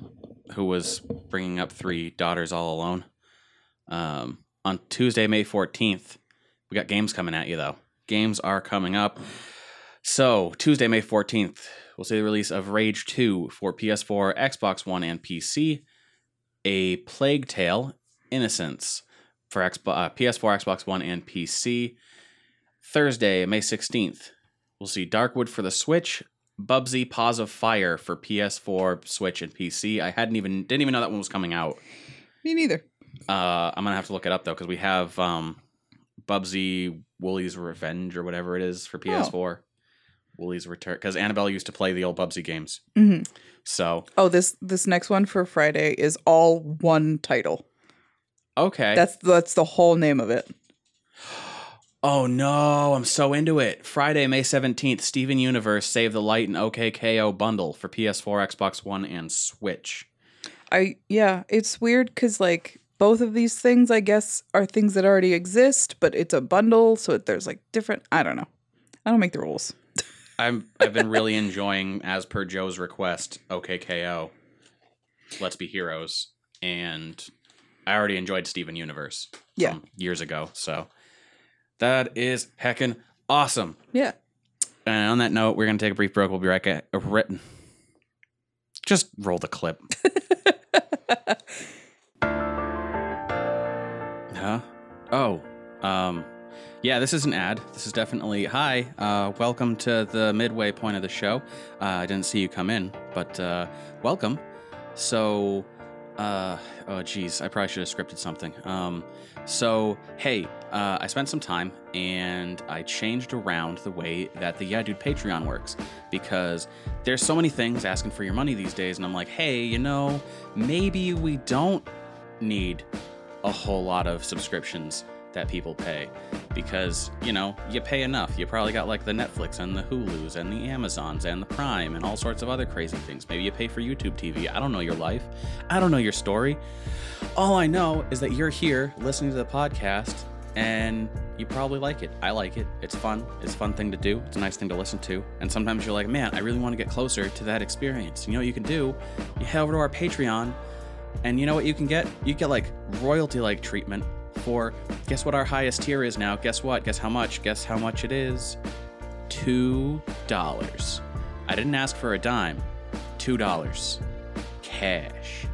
S1: who was bringing up three daughters all alone. Um, on Tuesday, May fourteenth, we got games coming at you though. Games are coming up. So Tuesday, May fourteenth, we'll see the release of Rage Two for PS4, Xbox One, and PC. A Plague Tale: Innocence for Xbox, uh, PS4, Xbox One, and PC. Thursday, May sixteenth, We'll see Darkwood for the Switch, Bubsy Paws of Fire for PS4, Switch, and PC. I hadn't even didn't even know that one was coming out.
S3: Me neither.
S1: Uh, I'm gonna have to look it up though because we have um, Bubsy Wooly's Revenge or whatever it is for PS4. Wooly's Return because Annabelle used to play the old Bubsy games.
S3: hmm
S1: So
S3: Oh, this this next one for Friday is all one title.
S1: okay,
S3: That's that's the whole name of it.
S1: Oh no, I'm so into it. Friday, May 17th, Steven Universe Save the Light and OKKO bundle for PS4, Xbox One, and Switch.
S3: I yeah, it's weird because like both of these things, I guess, are things that already exist, but it's a bundle, so it, there's like different. I don't know. I don't make the rules.
S1: I'm I've been really enjoying, as per Joe's request, OKKO, Let's Be Heroes, and I already enjoyed Steven Universe.
S3: Yeah.
S1: from years ago. So that is heckin' awesome.
S3: Yeah.
S1: And on that note, we're gonna take a brief break. We'll be right back. uh, written. Just roll the clip, huh? Oh, um, yeah. This is an ad. This is definitely hi. Uh, welcome to the midway point of the show. Uh, I didn't see you come in, but uh, welcome. So, uh, oh geez, I probably should have scripted something. Um, so hey, uh, I spent some time and I changed around the way that the Yeah Dude Patreon works because there's so many things asking for your money these days, and I'm like, hey, you know, maybe we don't need a whole lot of subscriptions that people pay because you know you pay enough you probably got like the netflix and the hulus and the amazons and the prime and all sorts of other crazy things maybe you pay for youtube tv i don't know your life i don't know your story all i know is that you're here listening to the podcast and you probably like it i like it it's fun it's a fun thing to do it's a nice thing to listen to and sometimes you're like man i really want to get closer to that experience you know what you can do you head over to our patreon and you know what you can get? You get like royalty like treatment for guess what our highest tier is now? Guess what? Guess how much? Guess how much it is? Two dollars. I didn't ask for a dime. Two dollars. Cash.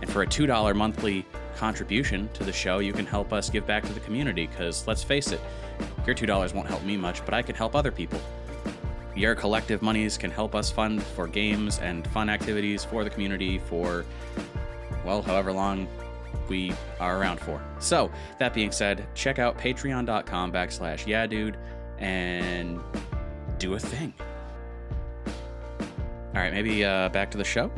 S1: And for a $2 monthly contribution to the show, you can help us give back to the community because let's face it, your $2 won't help me much, but I can help other people. Your collective monies can help us fund for games and fun activities for the community for well, however long we are around for. So, that being said, check out patreon.com backslash yeah dude and do a thing. All right, maybe uh, back to the show.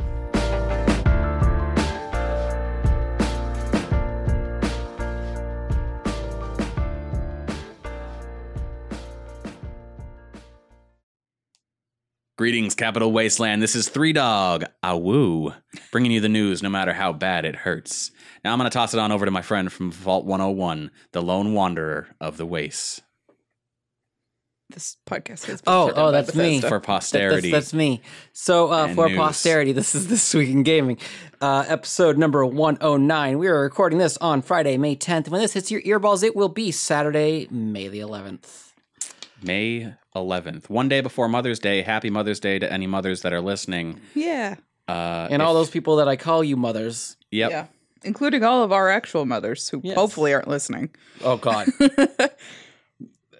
S1: Greetings, Capital Wasteland. This is Three Dog Awoo, bringing you the news no matter how bad it hurts. Now I'm going to toss it on over to my friend from Vault 101, the lone wanderer of the wastes,
S3: This podcast has
S2: Oh,
S3: written
S2: oh,
S3: by
S2: that's me.
S3: Bethesda.
S1: for posterity.
S2: That's, that's me. So uh,
S1: And
S2: for
S1: news.
S2: posterity, this is this week in gaming, uh, episode number one oh nine. We are recording this on Friday, May tenth. When this hits your earballs, it will be Saturday, May the eleventh.
S1: May 11th, one day before Mother's Day. Happy Mother's Day to any mothers that are listening.
S3: Yeah.
S1: Uh,
S2: And
S1: if-
S2: all those people that I call you mothers.
S1: Yep.
S3: Yeah. Including all of our actual mothers who
S2: Yes.
S3: hopefully aren't listening.
S2: *laughs* Oh God,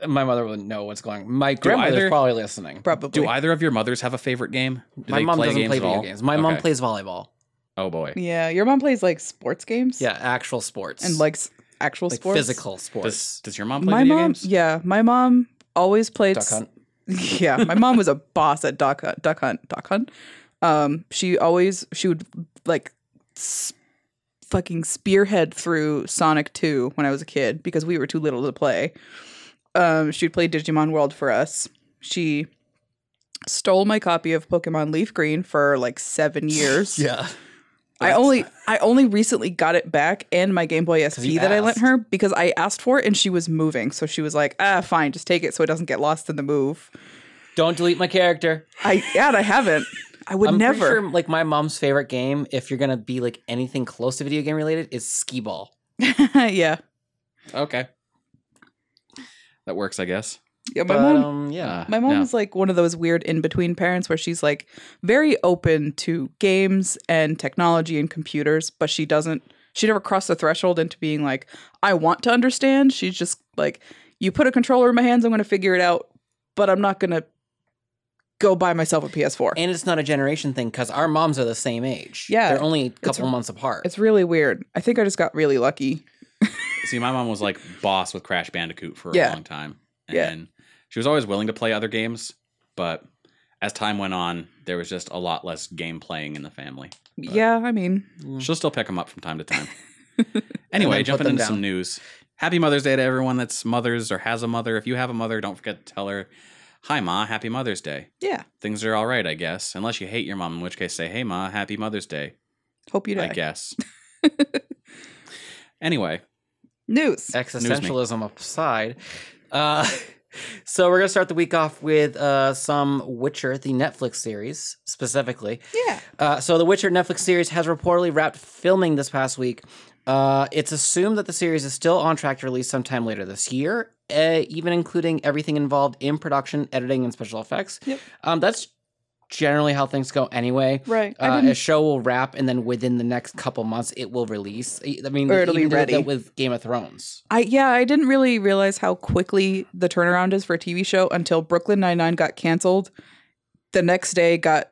S2: my mother wouldn't know what's going. on. My grandmother's
S1: either-
S2: probably listening.
S3: Probably.
S1: Do either of your mothers have a favorite game? Do
S2: my
S1: they
S2: mom
S1: play
S2: doesn't
S1: games
S2: play
S1: at
S2: video
S1: all?
S2: games. My mom
S1: Okay.
S2: plays volleyball.
S1: Oh boy.
S3: Yeah. Your mom plays like sports games.
S2: Yeah, actual sports
S3: And likes actual
S2: Like
S3: sports.
S2: physical
S1: Does,
S2: sports.
S1: does your mom play
S3: My
S1: video
S3: mom.
S1: games?
S3: Yeah. My mom always played.
S2: Duck
S3: s-
S2: hunt.
S3: *laughs* yeah my mom was a boss at duck hunt duck hunt duck hunt um she always she would like s- fucking spearhead through sonic 2 when i was a kid because we were too little to play um she would play digimon world for us she stole my copy of pokemon leaf green for like seven years
S2: *laughs* Yeah.
S3: I only I only recently got it back and my Game Boy
S2: you
S3: SP that I lent
S2: asked.
S3: her because I asked for it and she was moving, so she was like, "Ah, fine, just take it so it doesn't get lost in the move."
S2: Don't delete my character.
S3: I yeah, and I haven't. I would
S2: I'm pretty
S3: never.
S2: sure, like my mom's favorite game, if you're gonna be like anything close to video game related, is skee ball.
S3: *laughs* yeah.
S1: Okay. That works, I guess.
S3: Yeah, my
S2: but,
S3: mom
S2: um, yeah.
S1: Uh,
S3: my
S1: no.
S3: mom's like one of those weird in-between parents where she's like very open to games and technology and computers, but she doesn't she never crossed the threshold into being like, I want to understand. She's just like, you put a controller in my hands, I'm gonna figure it out, but I'm not gonna go buy myself a PS4.
S2: And it's not a generation thing because our moms are the same age.
S3: Yeah.
S2: They're only a couple months apart.
S3: it's really weird. I think I just got really lucky.
S1: See, my mom was like boss with Crash Bandicoot for a
S3: Yeah.
S1: long time. And
S3: Yeah.
S1: then she was always willing to play other games, but as time went on, there was just a lot less game playing in the family.
S3: yeah, I mean,
S2: Mm.
S1: She'll still pick them up from time to time.
S2: *laughs* And
S1: anyway,
S2: then put
S1: jumping
S2: them
S1: into
S2: down.
S1: some news. Happy Mother's Day to everyone that's mothers or has a mother. If you have a mother, don't forget to tell her, "Hi Ma, happy Mother's Day."
S3: yeah.
S1: Things are all right, I guess, unless you hate your mom, in which case say, "Hey Ma, happy Mother's Day."
S3: Hope you
S1: I
S3: die.
S2: *laughs*
S1: guess. anyway,
S3: News.
S2: Eh, Existentialism aside. Uh, *laughs* so we're gonna start the week off with uh, some Witcher, the Netflix series specifically.
S3: Yeah.
S2: Uh, so the Witcher Netflix series has reportedly wrapped filming this past week. Uh, it's assumed that the series is still on track to release sometime later this year, uh, even including everything involved in production, editing, and special effects.
S3: Yep.
S2: Um, that's generally how things go anyway.
S3: Right. I
S2: Uh,
S3: didn't
S2: a show will wrap, and then within the next couple months, it will release. I I mean,
S3: Or it'll
S2: they
S3: be
S2: even did
S3: ready.
S2: that with Game of Thrones.
S3: I yeah, I didn't really realize how quickly the turnaround is for a TV show until Brooklyn Nine Nine got canceled. The next day got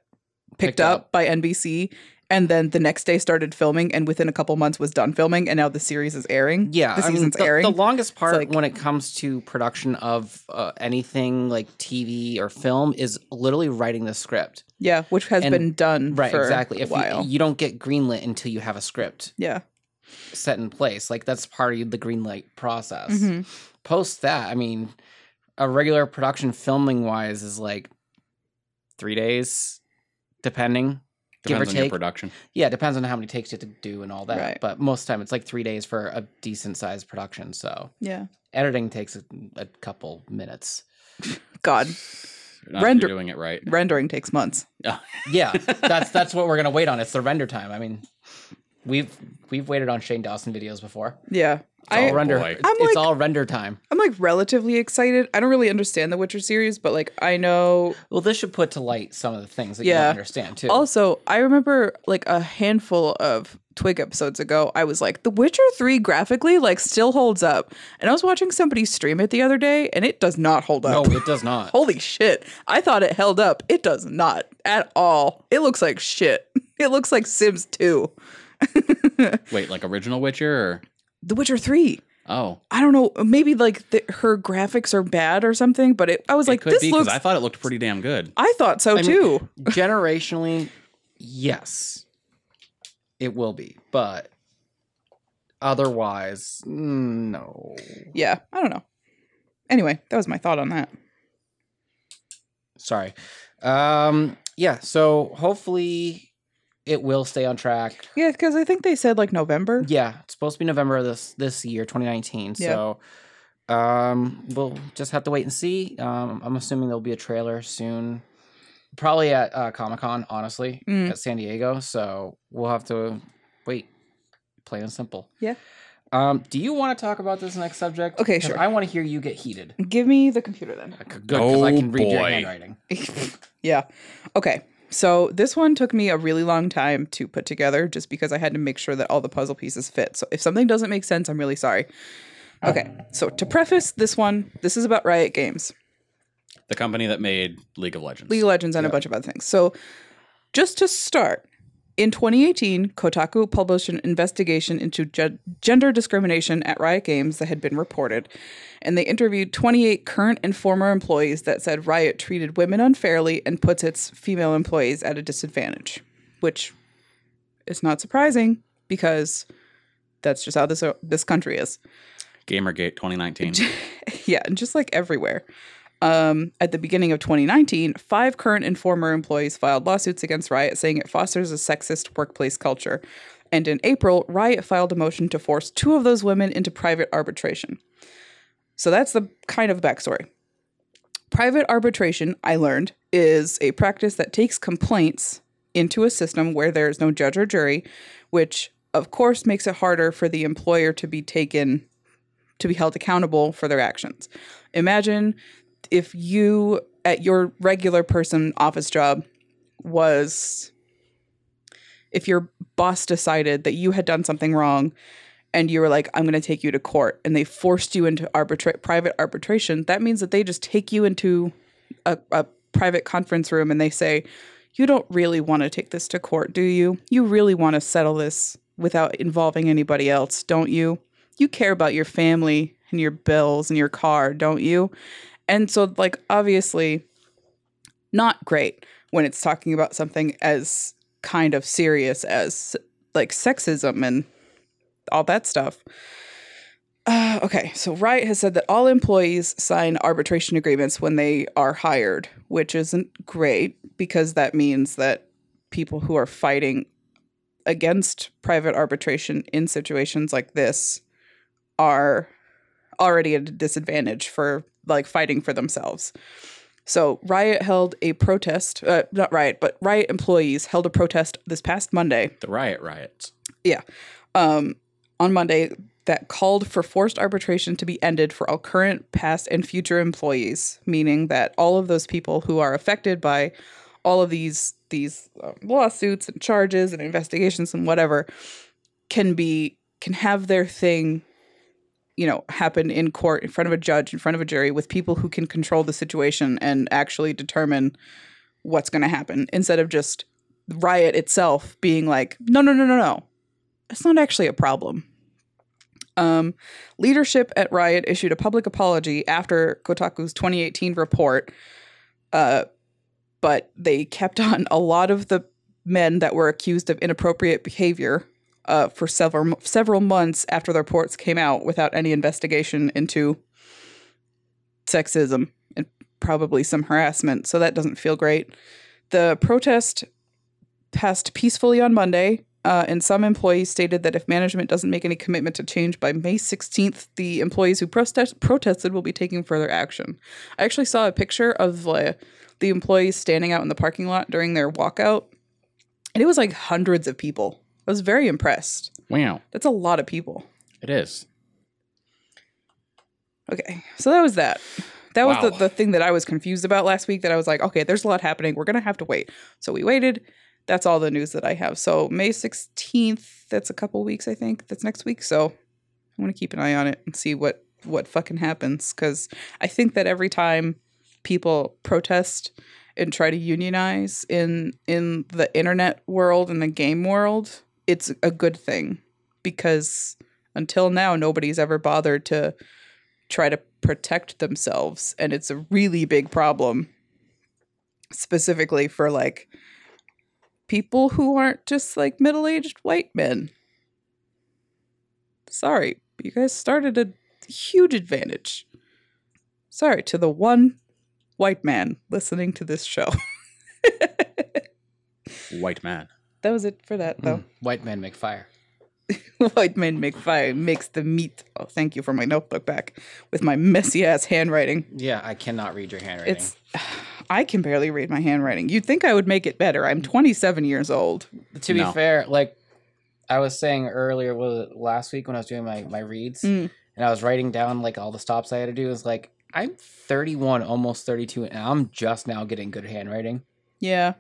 S3: picked,
S2: Picked
S3: up,
S2: up.
S3: by NBC, and then the next day started filming, and within a couple months was done filming, and now the series is airing.
S2: Yeah,
S3: the
S2: I mean,
S3: season's
S2: the,
S3: airing.
S2: The longest part
S3: like-
S2: when it comes to production of uh, anything like TV or film is literally writing the script.
S3: yeah, which has
S2: and-
S3: been done
S2: right
S3: for
S2: exactly
S3: a
S2: if
S3: while.
S2: You, you don't get greenlit until you have a script
S3: yeah,
S2: set in place like that's part of the greenlight process
S3: Mhm.
S2: post that i mean a regular production filming wise is like three days depending Give or
S1: depends on your
S2: take.
S1: production.
S2: yeah it depends on how many takes you have to do and all that
S3: Right.
S2: but most of the time it's like three days for a decent sized production so
S3: yeah.
S2: editing takes a, a couple minutes
S3: God,
S1: Not if
S3: Render-
S1: you're doing it right.
S3: rendering takes months.
S2: yeah that's that's what we're gonna wait on it's the render time i mean we've we've waited on shane dawson videos before
S3: Yeah,
S2: It's all
S1: Oh,
S3: I,
S2: render.
S1: boy.
S2: It's,
S3: I'm
S2: it's
S3: like-
S2: all render time.
S3: I'm like relatively excited. I don't really understand the Witcher series, but like I know
S2: Well, this should put to light some of the things that you
S3: Yeah.
S2: don't understand too.
S3: Also, I remember like a handful of Twig episodes ago, I was like, The Witcher 3 graphically like still holds up. And I was watching somebody stream it the other day and it does not hold
S2: no,
S3: up.
S2: it does not.
S3: Holy shit. I thought it held up. It does not at all. It looks like shit. *laughs* It looks like Sims 2.
S1: Wait, like original Witcher? Or...
S3: The Witcher 3.
S1: Oh,
S3: I don't know. Maybe like the, her graphics are bad or something, but it, I was
S1: it
S3: like,
S1: could
S3: this
S1: be because
S3: looks.
S1: I thought it looked pretty damn good.
S3: I thought so
S2: mean-
S3: too.
S2: Generationally, yes, it will be, but otherwise, mm, no.
S3: yeah, I don't know. Anyway, that was my thought on that.
S2: Sorry. Um, yeah. So hopefully it will stay on track.
S3: Yeah, because I think they said like November.
S2: Yeah, it's supposed to be November of this this year, 2019.
S3: Yeah.
S2: So um, we'll just have to wait and see. Um, I'm assuming there'll be a trailer soon, probably at uh, Comic Con, honestly,
S3: Mm.
S2: at San Diego. So we'll have to wait. Plain and simple.
S3: Yeah.
S2: Um, do you want to talk about this next subject?
S3: Okay,
S2: 'Cause
S3: sure. Mm.
S2: I want to hear you get heated.
S3: Give me the computer then. *laughs*
S2: Good, because I
S1: Oh,
S2: can read your
S1: boy.
S2: handwriting.
S3: yeah. Okay. So this one took me a really long time to put together just because I had to make sure that all the puzzle pieces fit. So if something doesn't make sense, I'm really sorry. Okay. So to preface this one, this is about Riot Games.
S1: the company that made League of Legends.
S3: League of Legends and
S2: Yeah.
S3: a bunch of other things. So, just to start, in 2018, Kotaku published an investigation into ge- gender discrimination at Riot Games that had been reported, and they interviewed 28 current and former employees that said Riot treated women unfairly and puts its female employees at a disadvantage, which is not surprising because that's just how this this country is.
S1: Gamergate 2019.
S3: *laughs* Yeah, and just like everywhere. Um, at the beginning of 2019, five current and former employees filed lawsuits against Riot, saying it fosters a sexist workplace culture. And in April, Riot filed a motion to force two of those women into private arbitration. So that's the kind of backstory. Private arbitration, I learned, is a practice that takes complaints into a system where there is no judge or jury, which of course makes it harder for the employer to be taken to be held accountable for their actions. Imagine if you at your regular person office job was if your boss decided that you had done something wrong and you were like I'm going to take you to court and they forced you into arbitra- private arbitration that means that they just take you into a, a private conference room and they say you don't really want to take this to court do you you really want to settle this without involving anybody else don't you you care about your family and your bills and your car, don't you? And so, like, obviously, not great when it's talking about something as kind of serious as like sexism and all that stuff. Uh, okay, so Riot has said that all employees sign arbitration agreements when they are hired, which isn't great because that means that people who are fighting against private arbitration in situations like this are already at a disadvantage for like fighting for themselves. So Riot held a protest, uh, not Riot, but Riot employees held a protest this past Monday
S1: *laughs* the Riot Riots.
S3: um, on Monday that called for forced arbitration to be ended for all current, past, and future employees, meaning that all of those people who are affected by all of these these um, lawsuits and charges and investigations and whatever can be can have their thing you know happen in court in front of a judge in front of a jury with people who can control the situation and actually determine what's going to happen instead of just riot itself being like no no no no no it's not actually a problem. Um, leadership at Riot issued a public apology after Kotaku's 2018 report, uh, but they kept *laughs* on a lot of the men that were accused of inappropriate behavior uh, for several several months after the reports came out without any investigation into sexism and probably some harassment. So that doesn't feel great. The protest passed peacefully on Monday, uh, and some employees stated that if management doesn't make any commitment to change by May 16th, the employees who protest- protested will be taking further action. I actually saw a picture of uh, the employees standing out in the parking lot during their walkout, and it was like hundreds of people. I was very impressed.
S1: Wow,
S3: That's a lot of people.
S1: it is.
S3: Okay, so that was that. That was
S1: Wow.
S3: the, the thing that I was confused about last week. That I was like, okay, there's a lot happening. We're gonna have to wait. So we waited. That's all the news that I have. So May 16th. That's a couple weeks, I think. That's next week. So I'm gonna keep an eye on it and see what what fucking happens. Because I think that every time people protest and try to unionize in in the internet world and the game world, it's a good thing because until now nobody's ever bothered to try to protect themselves and it's a really big problem specifically for like people who aren't just like middle-aged white men sorry you guys started a huge advantage sorry to the one white man listening to this show *laughs*
S1: White man.
S3: that was it for that, though.
S2: Mm. White men make fire.
S3: *laughs* White man make fire makes the meat. Oh, thank you for my notebook back with my messy ass handwriting.
S2: Yeah, I cannot read your handwriting.
S3: It's *sighs* I can barely read my handwriting. You'd think I would make it better. I'm 27 years old.
S2: to be
S1: No.
S2: fair, like I was saying earlier, was it last week when I was doing my my reads,
S3: Mm.
S2: and I was writing down like all the stops I had to do. Is like I'm 31, almost 32, and I'm just now getting good handwriting,
S3: Yeah,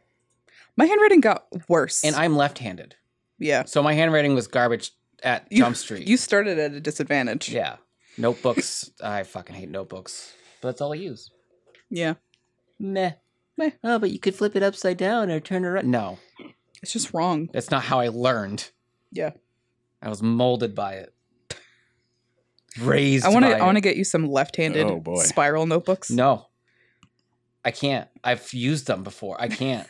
S3: my handwriting got worse.
S2: and I'm left-handed,
S3: yeah,
S2: so my handwriting was garbage at
S3: You-
S2: Jump Street.
S3: you started at a disadvantage.
S2: yeah, notebooks. I fucking hate notebooks, but that's all I use.
S3: yeah,
S2: Meh.
S3: Meh.
S2: Oh, but you could flip it upside down or turn it around. No,
S3: it's just wrong.
S2: that's not how I learned.
S3: Yeah.
S2: I was molded by it. Raised.
S3: I want to.
S2: by
S3: I want
S2: it.
S3: to get you some left-handed
S1: Oh, boy.
S3: spiral notebooks.
S2: No, I can't. I've used them before. I can't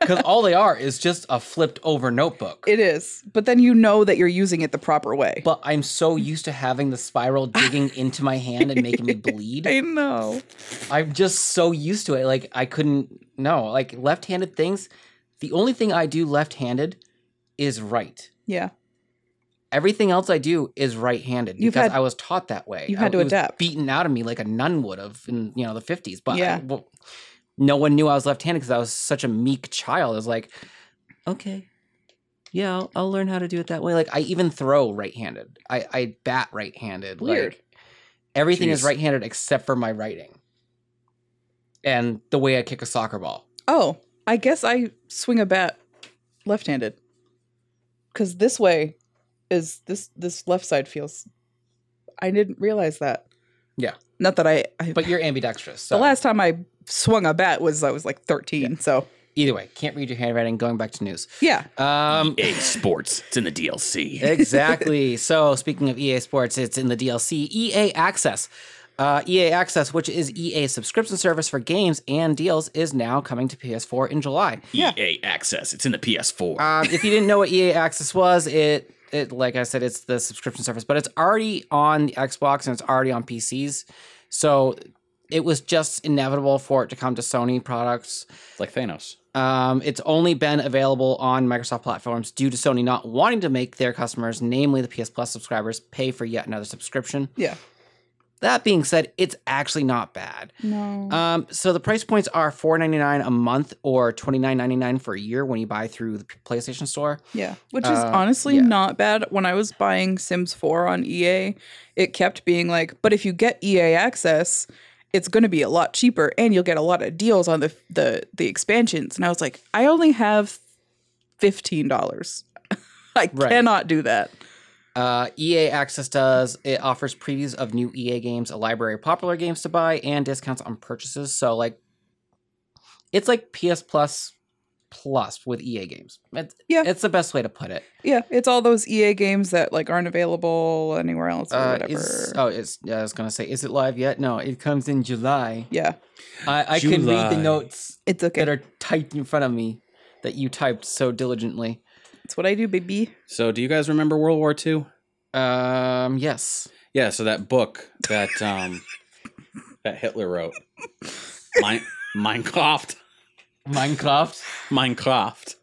S2: because all they are is just a flipped over notebook.
S3: It is, but then you know that you're using it the proper way.
S2: but I'm so used to having
S3: *laughs*
S2: the spiral digging into my hand and making me bleed.
S3: I know.
S2: I'm just so used to it. Like I couldn't. No, like left-handed things. The only thing I do left-handed is right.
S3: Yeah,
S2: Everything else I do is right-handed
S3: You've
S2: because
S3: had-
S2: I was taught that way.
S3: you've
S2: I-
S3: had to
S2: it was
S3: adapt.
S2: Beaten out of me like a nun would have in you know the fifties. But I-
S3: Yeah.
S2: well, no one knew I was left-handed because I was such a meek child. I was like, okay, yeah, I'll, I'll learn how to do it that way. Like I even throw right-handed. I I bat right-handed.
S3: Weird.
S2: Like everything is
S1: Jeez.
S2: right-handed except for my writing and the way I kick a soccer ball.
S3: Oh, I guess I swing a bat left-handed because this way is this this left side feels. I didn't realize that.
S2: Yeah.
S3: Not that I. I
S2: But you're ambidextrous. So
S3: the last time I swung a bat was I was like 13. So
S2: either way, can't read your handwriting. Going back to news.
S3: yeah,
S2: Um.
S1: E A sports. It's in the
S3: E
S1: DLC.
S2: exactly. So, speaking of EA Sports, it's in the DLC EA E Access. Uh, EA Access, which is EA's subscription service for games and deals, is now coming to PS4 in July.
S1: EA Access. It's in the PS4.
S2: Um, if you didn't know what EA Access was, it it like I said, it's the subscription service, but it's already on the Xbox and it's already on PCs. So it was just inevitable for it to come to Sony products.
S1: It's like Thanos.
S2: Um, it's only been available on Microsoft platforms due to Sony not wanting to make their customers, namely the PS Plus subscribers, pay for yet another subscription.
S3: yeah.
S2: That being said, it's actually not bad.
S3: No.
S2: Um, so the price points are four ninety nine a month or twenty nine ninety nine for a year when you buy through the PlayStation Store.
S3: yeah, which is
S2: uh,
S3: honestly
S2: yeah.
S3: not bad. When I was buying Sims 4 on EA, it kept being like, but if you get EA access, it's going to be a lot cheaper and you'll get a lot of deals on the the the expansions. And I was like, I only have $15. *laughs* I
S2: Right.
S3: cannot do that.
S2: Uh, EA Access does it offers previews of new EA games, a library of popular games to buy, and discounts on purchases. So like, it's like PS Plus plus with EA games. It's,
S3: Yeah.
S2: it's the best way to put it.
S3: Yeah, it's all those EA games that like aren't available anywhere else or
S2: Uh,
S3: whatever.
S2: is, oh, it's yeah, I was gonna say, is it live yet? No, it comes in July.
S3: yeah,
S2: I, I can read the
S1: July.
S2: notes
S3: it's okay.
S2: that are typed in front of me that you typed so diligently.
S3: That's what I do, baby.
S1: So, do you guys remember World War II?
S2: Um, yes.
S1: Yeah. So that book that um that Hitler wrote, mein, mein Kampf,
S2: Minecraft.
S1: Mein Kampf.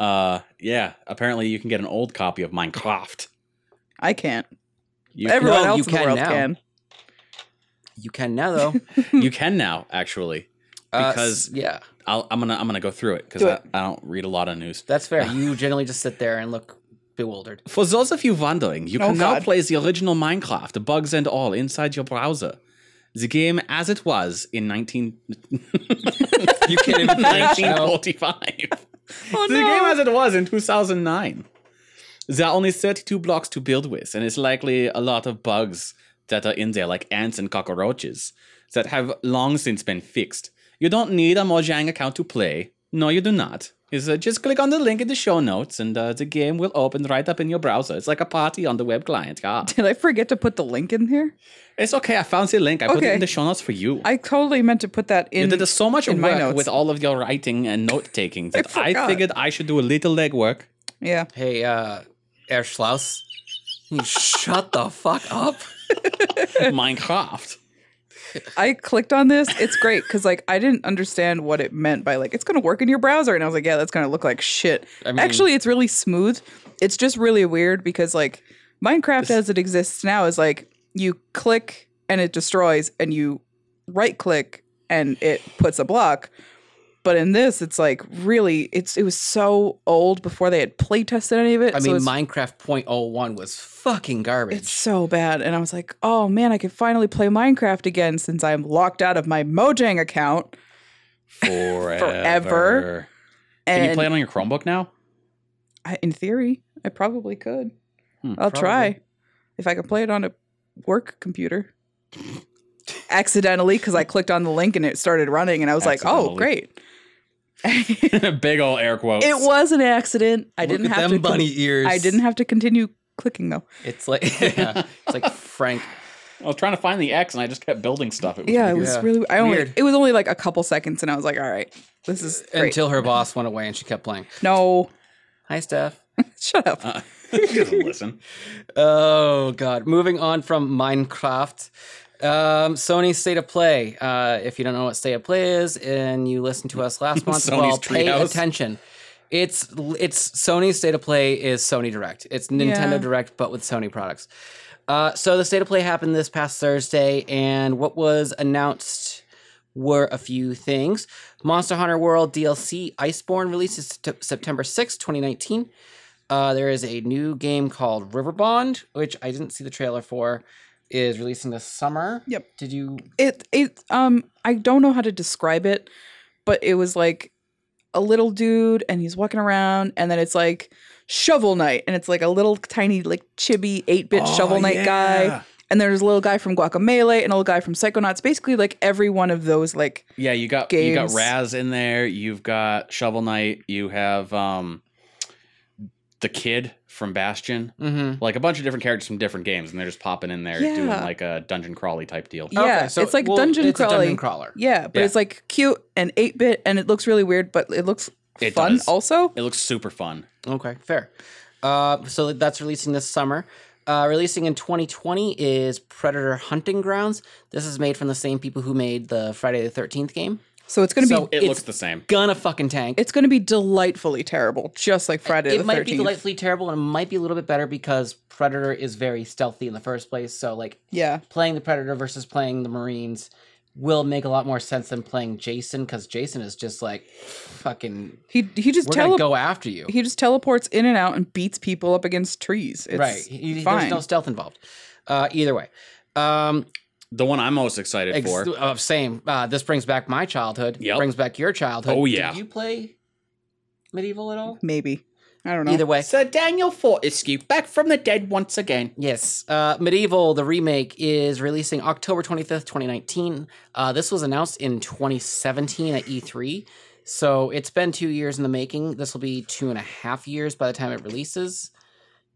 S1: Uh, yeah. Apparently, you can get an old copy of Minecraft.
S3: I can't.
S1: You
S3: Everyone
S2: no,
S3: else
S2: you
S3: in the
S2: can
S3: world
S2: now.
S3: can.
S2: You can now
S3: *laughs*
S2: though.
S3: Hmm.
S1: you can now actually.
S2: Uh,
S1: Because-
S2: yeah,
S1: I'll, I'm gonna I'm gonna go through it because
S3: Do
S1: I,
S3: it.
S1: I don't read a lot of news.
S2: that's
S3: *laughs*
S2: fair. You generally just sit there and look bewildered.
S1: For those of you wondering, you
S3: Oh,
S1: can now
S3: God.
S1: play the original Minecraft, the bugs and all, inside your browser. The game as it was in *laughs* 19,
S2: You can even
S1: 1945.
S3: Oh
S1: the game as it was in 2009. There are only 32 blocks to build with, and it's likely a lot of bugs that are in there, like ants and cockroaches, that have long since been fixed. You don't need a Mojang account to play. No, you do not. Is uh, just click on the link in the show notes, and uh, the game will open right up in your browser. It's like a party on the web client. Yeah.
S3: *laughs* *laughs* Did I forget to put the link in here?
S1: It's okay. I found the link. I put it
S3: Okay.
S1: in the show notes for you.
S3: I totally meant to put that
S1: you
S3: in.
S1: did so much
S3: in my
S1: work
S3: notes.
S1: with all of your writing and note
S3: *laughs*
S1: taking that I,
S3: forgot.
S1: figured I should do a little
S3: *laughs*
S1: legwork.
S3: yeah.
S2: Hey, uh, Air Schlaus, you shut the fuck up.
S1: Minecraft.
S3: I clicked on this. It's great because like I didn't understand what it meant by like it's gonna work in your browser, and I was like, yeah, that's gonna look like shit.
S1: Hmm.
S2: I mean,
S3: Actually, it's really smooth. It's just really weird because like Minecraft
S1: This-
S3: as it exists now is like you click and it destroys, and you right click and it puts a block. But in this, it's like really, it's it was so old before they had play tested any of it.
S2: I
S3: so
S2: mean,
S3: it's-
S2: Minecraft 0.01 was fucking garbage.
S3: it's so bad. And I was like, oh man, I could finally play Minecraft again since I'm locked out of my Mojang account.
S1: Forever.
S3: Forever. And
S1: Can you play it on your Chromebook now? *laughs*
S3: I, in theory, I probably could.
S1: Hmm,
S3: I'll
S2: probably.
S3: try if I can play it on a work computer. Accidentally, because I clicked on the link and it started running, and I was like, oh,
S1: Accidentally.
S3: great. *laughs* it
S1: Big ol' air quotes.
S3: was an accident. I
S2: Look
S3: didn't
S2: at
S3: have to.
S2: them
S3: con-
S2: bunny ears.
S3: I didn't have to continue clicking though.
S2: It's like *laughs* yeah, it's like Frank.
S1: I was trying to find the X and I just kept building stuff. It was
S3: Yeah, it
S1: weird.
S3: was
S2: Yeah.
S3: really. I only.
S2: Weird. Uh,
S3: It was only like a couple seconds, and I was like, all right, this is *laughs* great.
S2: Until her boss went away and she kept playing.
S3: no,
S2: Hi, Steph.
S3: shut up.
S1: *laughs* Uh, he doesn't listen.
S2: Oh God! Moving on from Minecraft, um, Sony's State of Play. Uh, if you don't know what State of Play is, and you listened to us last month,
S1: Sony's
S2: well, pay
S1: Treehouse.
S2: attention. It's it's Sony's State of Play is Sony Direct. It's Nintendo
S3: Yeah.
S2: Direct, but with Sony products. Uh, so the State of Play happened this past Thursday, and what was announced were a few things. Monster Hunter World DLC Iceborne releases Sept- September sixth, 2019. Uh, there is a new game called Riverbond, which I didn't see the trailer for, is releasing this summer.
S3: Yep.
S2: Did you?
S3: it it um I don't know how to describe it, but it was like a little dude and he's walking around and then it's like Shovel Knight and it's like a little tiny like chibi 8-bit
S2: Oh,
S3: Shovel Knight guy and there's a little guy from Guacamele and a little guy from Psychonauts basically like every one of those like
S1: Yeah, you got you got
S3: Games.
S1: Raz in there. You've got Shovel Knight. You have um the kid from Bastion.
S2: Mm-hmm.
S1: Like a bunch of different characters from different games, and they're just popping in there doing
S3: Yeah.
S1: like a dungeon crawly type deal.
S3: yeah it's like dungeon
S2: it's a
S3: crawling
S2: dungeon crawler.
S3: yeah but
S1: Yeah.
S3: it's like cute and 8-bit and it looks really weird but it looks
S1: It
S3: fun
S1: does.
S3: also
S1: It looks super fun.
S2: Okay, fair. Uh, so that's releasing this summer. Uh, releasing in 2020 is Predator Hunting Grounds. This is made from the same people who made the Friday the 13th game.
S3: so it's going to
S2: So-
S3: be
S1: It
S2: It's-
S1: looks the same.
S2: Gonna fucking tank.
S3: it's going to be delightfully terrible just like Friday
S2: it
S3: the
S2: might
S3: 13th
S2: be delightfully terrible, and it might be a little bit better because Predator is very stealthy in the first place. So like
S3: yeah
S2: playing the Predator versus playing the Marines will make a lot more sense than playing Jason because Jason is just like fucking.
S3: He he just
S2: We're gonna
S3: tele-
S2: go after you,
S3: he just teleports in and out and beats people up against trees. It's
S2: right? He- he-
S3: fine.
S2: There's no stealth involved. Uh, either way, um,
S1: The one I'm most excited
S2: ex-
S1: for.
S2: uh, same. Uh, this brings back my childhood.
S1: Yep.
S2: Brings back your childhood.
S1: Oh, yeah.
S2: Did you play medieval at all?
S3: Maybe I don't know.
S2: Either way,
S1: Sir Daniel Fortescue back from the dead once again.
S2: Yes, uh, Medieval the remake is releasing October twenty fifth, twenty nineteen. Uh, this was announced in twenty seventeen at E three, so it's been two years in the making. This will be two and a half years by the time it releases.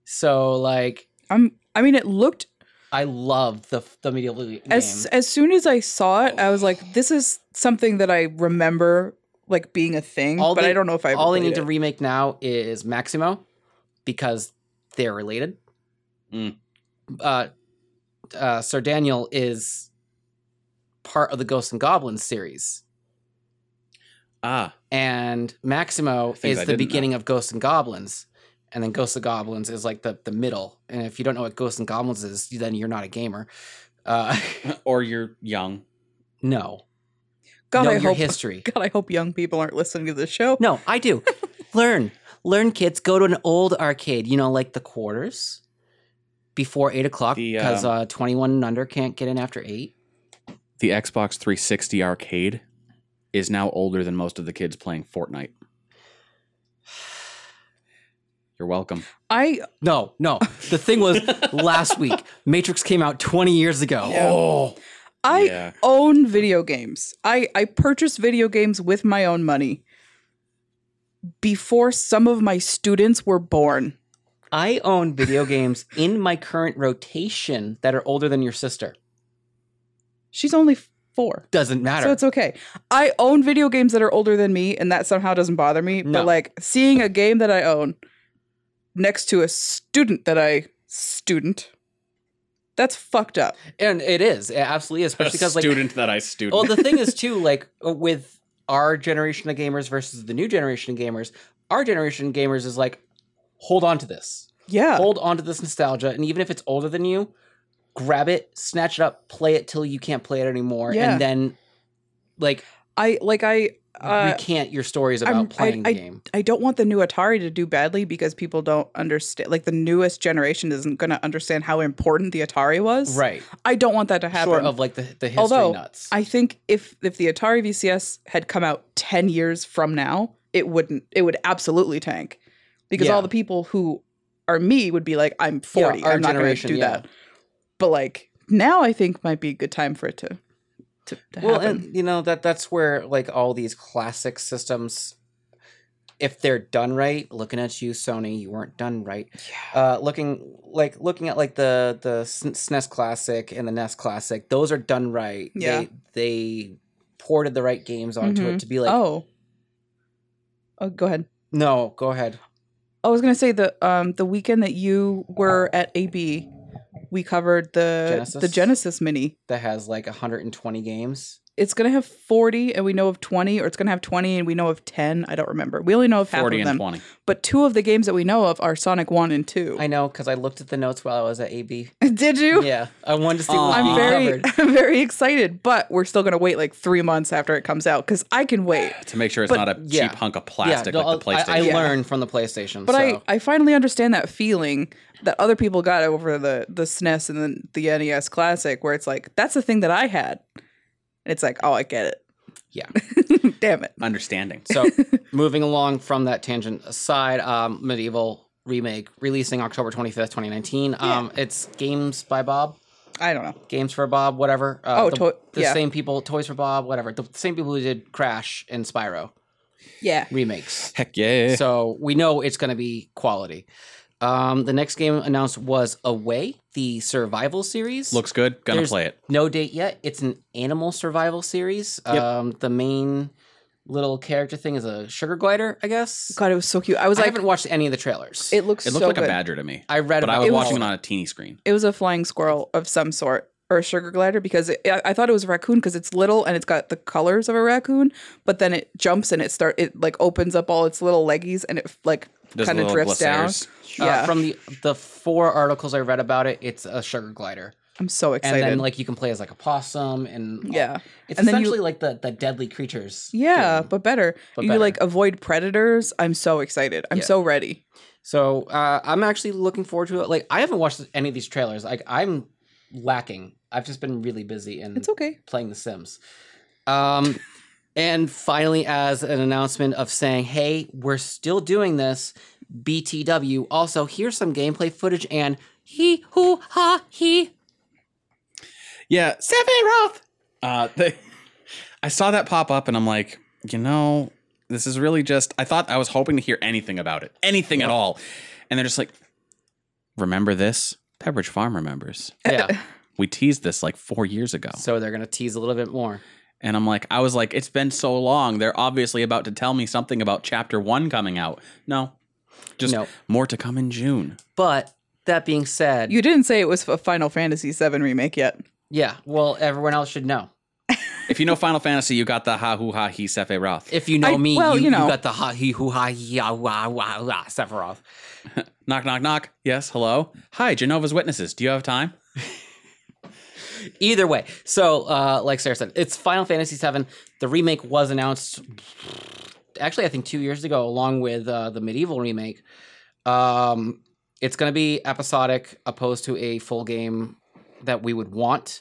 S2: So like,
S3: I'm. I mean, it looked
S2: I love the the Medieval game.
S3: as as soon as I saw it, I was like, this is something that I remember like being a thing,
S2: All
S3: but
S2: they-
S3: I don't know if I.
S2: all they need to remake now is Maximo, because they're related.
S1: Mm.
S2: Uh, uh, Sir Daniel is part of the Ghosts and Goblins series.
S1: Ah,
S2: and Maximo
S1: Things
S2: is
S1: I
S2: the
S1: didn't know.
S2: beginning of Ghosts and Goblins, and then Ghosts and Goblins is like the the middle. And if you don't know what Ghosts and Goblins is, then you're not a gamer. Uh,
S1: *laughs*
S2: *laughs*
S1: or you're young.
S2: no,
S3: God,
S2: know
S3: I
S2: your
S3: hope. *laughs*
S2: history.
S3: God, I hope young people aren't listening to this show.
S2: No,
S3: *laughs*
S2: I do. Learn, learn, kids. Go to an old arcade. You know, like the quarters before eight o'clock
S1: The,
S2: because
S1: um,
S2: uh, twenty one and under can't get in after eight.
S1: The Xbox 360 arcade is now older than most of the kids playing Fortnite. *sighs* You're welcome.
S3: I
S2: No, no. The
S1: *laughs*
S2: thing was last week. Matrix came out twenty years ago.
S1: Oh,
S3: I
S1: yeah.
S3: own video games. I I purchased video games with my own money before some of my students were born.
S2: I own video games in my current rotation that are older than your sister.
S3: She's only four.
S2: Doesn't matter.
S3: So it's okay. I own video games that are older than me, and that somehow doesn't bother me.
S2: No.
S3: But like seeing a game that I own next to a student that I student That's fucked up.
S2: and it is it absolutely is, *laughs* especially because
S1: a
S2: like
S1: student that I student.
S2: well the thing is too like with our generation of gamers versus the new generation of gamers our generation of gamers is like hold on to this
S3: Yeah.
S2: hold on to this nostalgia and even if it's older than you grab it snatch it up play it till you can't play it anymore
S3: Yeah.
S2: and then like
S3: I like I uh,
S2: recant your stories about
S3: I'm- I-
S2: playing the game
S3: I don't want the new Atari to do badly because people don't understand. Like the newest generation isn't going to understand how important the Atari was.
S2: right
S3: I don't want that to happen.
S2: short of like the, the history
S3: Although,
S2: nuts
S3: I think if if the Atari VCS had come out 10 years from now, it wouldn't it would absolutely tank because
S2: Yeah.
S3: all the people who are me would be like I'm 40,
S2: our
S3: I'm not going to
S2: generation,
S3: do
S2: yeah.
S3: that. But like now I think might be a good time for it to to, to
S2: well
S3: happen.
S2: and you know that that's where like all these classic systems if they're done right looking at you sony you weren't done right uh looking like looking at like the the S- snes classic and the nes classic those are done right
S3: Yeah.
S2: they they ported the right games onto it
S3: Mhm.
S2: to be like
S3: oh. Oh, go ahead.
S2: no go ahead
S3: I was gonna say the um the weekend that you were at AB, we covered the the
S2: Oh. Genesis?
S3: Genesis Mini.
S2: that has like 120 games
S3: It's gonna have forty, and we know of twenty, or it's gonna have twenty, and we know of ten. I don't remember. We only know of half of
S1: forty and
S3: them.
S1: twenty.
S3: But two of the games that we know of are Sonic One and Two.
S2: i know because i looked at the notes while i was at ab
S3: *laughs* Did you? Oh.
S2: yeah i wanted to see what
S3: I'm
S1: Aw.
S2: we
S3: very, *laughs*
S2: covered.
S3: I'm very excited, but we're still gonna wait like three months after it comes out because I can wait.
S1: To make sure it's
S3: But-
S1: not a
S2: yeah.
S1: cheap hunk of
S2: yeah,
S1: plastic
S2: no,
S1: like the
S2: I-
S1: PlayStation.
S2: I,
S3: Yeah.
S2: learned from the playstation
S3: But
S2: so.
S3: I, I finally understand that feeling that other people got over the the SNES and the, the NES Classic, where it's like that's the thing that I had, and it's like, oh, I get it.
S2: Yeah.
S3: damn it. *laughs*
S1: Understanding.
S2: So, moving along from that tangent aside, um, Medieval remake releasing October 25th, 2019. Um, it's Games by Bob,
S3: I don't know.
S2: Games for Bob, whatever. Uh,
S3: Oh,
S2: the,
S3: to-
S2: the
S3: yeah.
S2: same people, Toys for Bob, whatever. The same people who did Crash and Spyro
S3: Yeah.
S2: remakes.
S1: Heck yeah.
S2: So, we know it's going to be quality. Um, the next game announced was Away, the survival series.
S1: Looks good. Gonna
S2: There's-
S1: play it.
S2: No date yet. It's an animal survival series.
S1: Yep.
S2: Um, the main little character thing is a sugar glider, I guess.
S3: God, it was so cute. I was
S2: I
S3: like,
S2: haven't watched any of the trailers.
S3: it looks.
S1: It looked
S3: so
S1: like
S3: good.
S1: a badger to me.
S2: I read
S1: But I
S2: about
S1: was
S3: It was-
S1: watching it on a teeny screen.
S3: It was a flying squirrel of some sort or a sugar glider because it, I, I thought it was a raccoon because it's little and it's got the colors of a raccoon, but then it jumps and it start it like opens up all its little leggies and it like
S1: Does
S3: kind
S1: the
S3: of
S1: little
S3: drifts down.
S1: blisters.
S2: Uh,
S3: yeah,
S2: from the the four articles I read about it, it's a sugar glider,
S3: I'm so
S2: and
S3: excited.
S2: then like you can play as like a possum, and all-
S3: yeah,
S2: it's
S3: And then you-
S2: essentially like the the deadly creatures.
S3: yeah,
S2: game.
S3: but better.
S2: but
S3: you
S2: better.
S3: like avoid predators. I'm so excited. I'm
S2: Yeah.
S3: so ready.
S2: so uh, I'm actually looking forward to it. Like I haven't watched any of these trailers. Like I'm lacking. I've just been really busy and
S1: Mm.
S3: It's okay.
S2: playing The Sims. Um, and finally, as an announcement of saying, hey, we're still doing this, BTW. Also, here's some gameplay footage and he, hoo, ha, he.
S1: Yeah, Sephiroth. Uh, they, *laughs* I saw that pop up, and I'm like, you know, this is really just. I thought I was hoping to hear anything about it, anything at all, and they're just like, remember this? Pepperidge Farm remembers.
S2: Yeah.
S1: We teased this like four years ago,
S2: *laughs* so they're going to tease a little bit more.
S1: and I'm like, I was like, it's been so long. They're obviously about to tell me something about Chapter One coming out. No, just
S2: No.
S1: more to come in June.
S2: But that being said,
S3: You didn't say it was a Final Fantasy VII remake yet.
S2: yeah, well, everyone else should know.
S1: If you know Final Fantasy, you got the ha hoo ha he Sephiroth.
S2: If you know
S3: I-
S2: me,
S3: well,
S2: you,
S3: you know.
S2: you got the ha, he, hoo, ha, yeah, wah, wah, wah, Sephiroth.
S1: knock knock knock. Yes, hello. Hi, Genova's Witnesses. Do you have time?
S2: Either way, so uh, like Sarah said, it's Final Fantasy VII. The remake was announced, actually, I think two years ago, along with uh, the medieval remake. Um, it's going to be episodic, opposed to a full game that we would want.